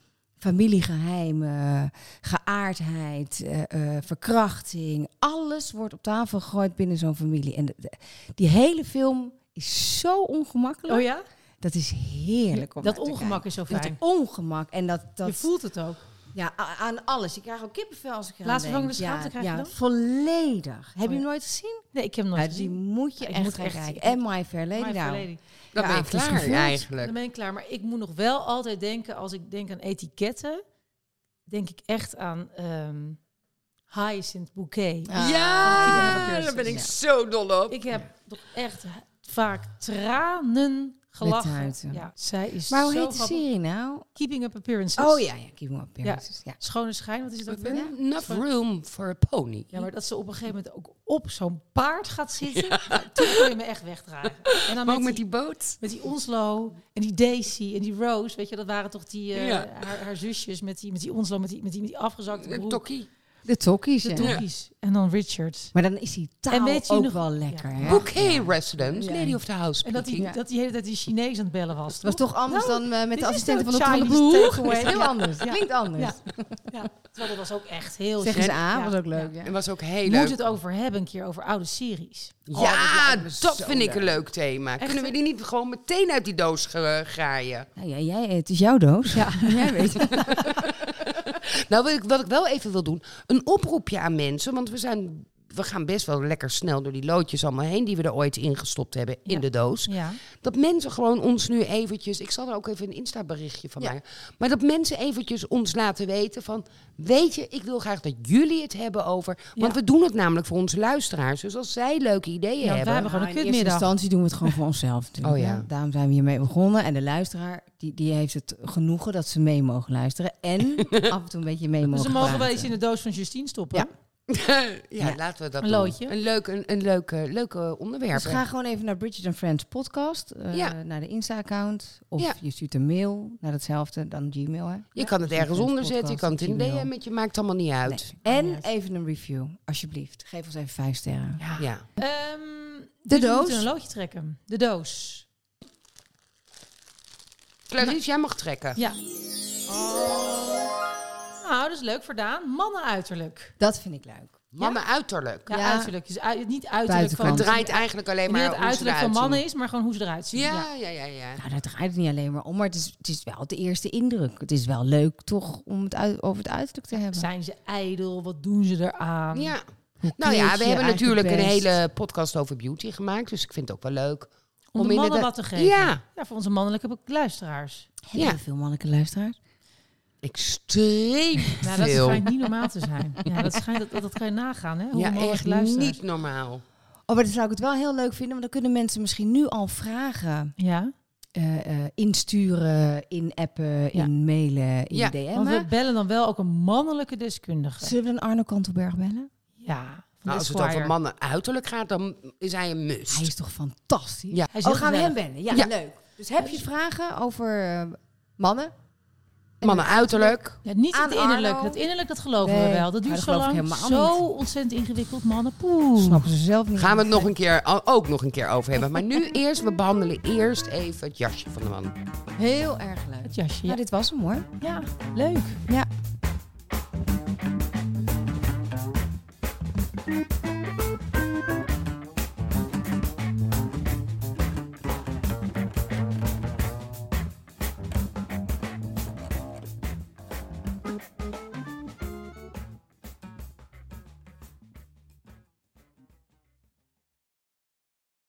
E: familiegeheimen, geaardheid, eh, eh, verkrachting, alles wordt op tafel gegooid binnen zo'n familie. En de- de- die hele film is zo ongemakkelijk.
D: Oh ja?
E: Dat is heerlijk om
D: Dat
E: naar te
D: ongemak
E: kijken.
D: is zo
E: Dat
D: fijn.
E: ongemak en dat, dat
D: Je voelt het ook.
E: ja, a- aan alles. Ik krijg ook kippenvel als ik eraan
D: Laatste
E: denk.
D: Gevangenis Schaamte
E: ja,
D: krijg je
E: ja,
D: dan? Oh
E: volledig. Heb
D: ja.
E: je hem nooit gezien?
D: Nee, ik heb hem
E: Ja, dus
D: nooit
E: die
D: gezien.
E: moet je
D: Ja, ik
E: echt
D: moet
E: gaan
D: echt-
E: kijken. En My Fair Lady
D: My Fair
E: nou.
D: Lady.
C: Dan
E: Ja,
C: ben je
E: het is
C: klaar
E: gevoeld.
D: Dan
C: eigenlijk.
D: ben ik klaar. Maar ik moet nog wel altijd denken, als ik denk aan etiketten, denk ik echt aan ehm Hyacinth Bouquet.
E: Ah,
C: ja, daar ben ik
E: Ja.
C: zo dol op.
D: Ik heb toch echt vaak tranen gelachen.
E: huiten.
D: Ja, zij is
E: Maar
D: zo
E: hoe heet de
D: grappig.
E: serie nou?
D: Keeping Up Appearances.
E: Oh ja, ja Keeping Up Appearances. Ja.
D: Schone schijn, wat is het ook weer?
C: Enough Enough room for a pony.
D: Ja, maar dat ze op een gegeven moment ook op zo'n paard gaat zitten. Nou, Toen kun je me echt wegdragen. En dan
C: maar ook
D: met
C: met
D: die,
C: die boot.
D: met die Onslow en die Daisy en die Rose. Weet je, dat waren toch die, eh,
C: Ja.
D: haar, haar zusjes met die, met die Onslow, met die, met die, met die afgezakte
C: Een
D: broek.
C: tokkie.
E: De Tokkies.
D: De
E: ja.
D: Tokkies. En dan Richard.
E: Maar dan is die taal
D: En weet je
E: ook
D: nog-
E: wel lekker.
D: Ja.
E: Hè? Het
C: Bouquet resident, lady of the house.
D: En dat die,
C: speaking.
D: dat die hele tijd die Chinees aan het bellen was.
E: was
D: toch?
E: toch anders
D: Nou,
E: dan eh, met
D: dit
E: de
D: is
E: assistenten
D: zo'n
E: van de van de
D: Chinese
E: Broer.
D: takeaway.
E: Heel
D: Ja.
E: anders.
D: Ja.
E: Klinkt
D: Ja.
E: anders.
D: Ja, terwijl dat was ook echt heel
E: Zeggen ze
D: gek.
E: aan,
D: Ja,
E: was ook
D: ja.
E: leuk. Ja.
C: En was ook heel
D: Je
C: leuk.
D: moet het over hebben een keer over oude series.
C: ja,
E: lijkt me
C: Oh, dat,
E: zo
C: vind ik
E: leuk.
C: een leuk thema. Kunnen we
D: hè?
C: die niet gewoon meteen uit die doos ge- graaien?
E: Nou, ja, jij, het is jouw doos. Ja. jij weet het.
C: Nou, wat ik, wat ik wel even wil doen, een oproepje aan mensen. Want we, zijn, we gaan best wel lekker snel door die loodjes allemaal heen... die we er ooit ingestopt hebben in
D: Ja.
C: de doos.
D: Ja.
C: Dat mensen gewoon ons nu eventjes... Ik zal er ook even een Insta-berichtje van
E: Ja.
C: maken. Maar dat mensen eventjes ons laten weten van... Weet je, ik wil graag dat jullie het hebben over... Want
D: Ja.
C: we doen het namelijk voor onze luisteraars. Dus als zij leuke ideeën
D: Ja, want wij
C: hebben... Ah,
D: hebben gewoon een
E: in eerste
D: kutmiddag.
E: instantie doen we het gewoon voor onszelf. natuurlijk,
C: Oh ja.
E: hè. Daarom zijn we hiermee begonnen. En de luisteraar die, die heeft het genoegen dat ze mee mogen luisteren. En af en toe een beetje mee mogen
D: Dus we mogen wel
E: praten.
D: iets in de doos van Justine stoppen.
E: Ja.
C: ja,
E: Ja.
C: laten we dat
D: Een
C: doen.
D: loodje.
C: Een leuk, een, een leuke, leuke onderwerp.
E: Dus ga gewoon even naar Bridget and Friends podcast. eh,
C: Ja.
E: Naar de Insta-account. Of
C: Ja.
E: je stuurt een mail naar hetzelfde. Dan Gmail. Hè?
C: Je kan het
E: Bridget
C: ergens
E: Friends
C: onder zetten, je kan het in
E: podcast,
C: een
E: Gmail.
C: DM met je, maakt allemaal niet uit.
E: Nee. En even een review, alsjeblieft. Geef ons even vijf sterren.
D: Ah.
C: Ja.
D: Ehm,
E: De
D: dus we moeten
E: doos.
D: een loodje trekken. De doos.
C: Clarice, jij mag trekken.
D: Ja. Nou, dat is leuk verdaan. Mannen uiterlijk.
E: Dat vind ik leuk.
C: Mannen uiterlijk.
D: Ja,
E: Ja.
D: uiterlijk. Dus ui- niet uiterlijk van...
E: Buitenkant.
C: Het draait eigenlijk alleen
D: niet dat
C: maar
D: het
C: om ze
D: uiterlijk van
C: eruit
D: mannen
C: zien.
D: is, maar gewoon hoe ze eruit zien.
C: Ja, ja, ja, ja.
E: Nou, daar draait het niet alleen maar om. Maar het is, het is wel de eerste indruk. Het is wel leuk toch om het uit, over het uiterlijk te hebben.
D: Zijn ze ijdel? Wat doen ze eraan?
C: Ja.
E: Hoe
C: Nou ja,
E: kleed
C: we
E: je
C: hebben
E: je
C: natuurlijk een
E: eigen best?
C: hele podcast over beauty gemaakt, dus ik vind het ook wel leuk.
D: Om,
C: Om
D: de mannen
C: inderdaad-
D: wat te geven.
C: Ja.
D: Voor onze mannelijke luisteraars.
E: Hebben
C: Ja.
E: we veel mannelijke luisteraars?
C: Extreem
D: Nou, dat
C: veel.
D: schijnt niet normaal te zijn. Ja, dat, schijnt, dat, dat kan je nagaan, hè? Hoe
C: ja,
D: mannelijke
C: echt
D: luisteraars.
C: niet normaal.
E: Oh, maar dat zou ik het wel heel leuk vinden, want dan kunnen mensen misschien nu al vragen
D: Ja,
E: eh, eh, insturen, inappen,
D: Ja.
E: in mailen, in
C: Ja,
D: want we
E: DM'en.
D: bellen dan wel ook een mannelijke deskundige.
E: Zullen we dan Arno Kantelberg bellen?
D: Ja, van
C: Nou,
D: de
C: als het over
D: Esquire.
C: mannen uiterlijk gaat, dan is hij een must.
E: Hij is toch fantastisch?
C: Ja.
D: Hij is
E: Oh,
D: heel
E: gaan we hem
D: gezellig.
E: bellen? Ja,
C: Ja.
E: leuk. Dus heb je vragen over eh, mannen?
C: Mannen uiterlijk.
D: Ja, niet
E: Aan
D: het innerlijk.
E: Arno.
D: Dat innerlijk, dat geloven we
E: Nee,
D: wel. Dat duurt
E: dat
D: zo
E: geloof ik
D: lang.
E: helemaal
D: Zo ontzettend ingewikkeld, mannen. Poeh.
E: Snappen ze zelf niet.
C: Gaan we het nog een keer, al- ook nog een keer over hebben. Maar nu eerst, we behandelen eerst even het jasje van de man.
E: Heel erg leuk.
D: Het jasje, ja.
E: Nou, dit was hem hoor.
D: Ja, leuk.
E: Ja.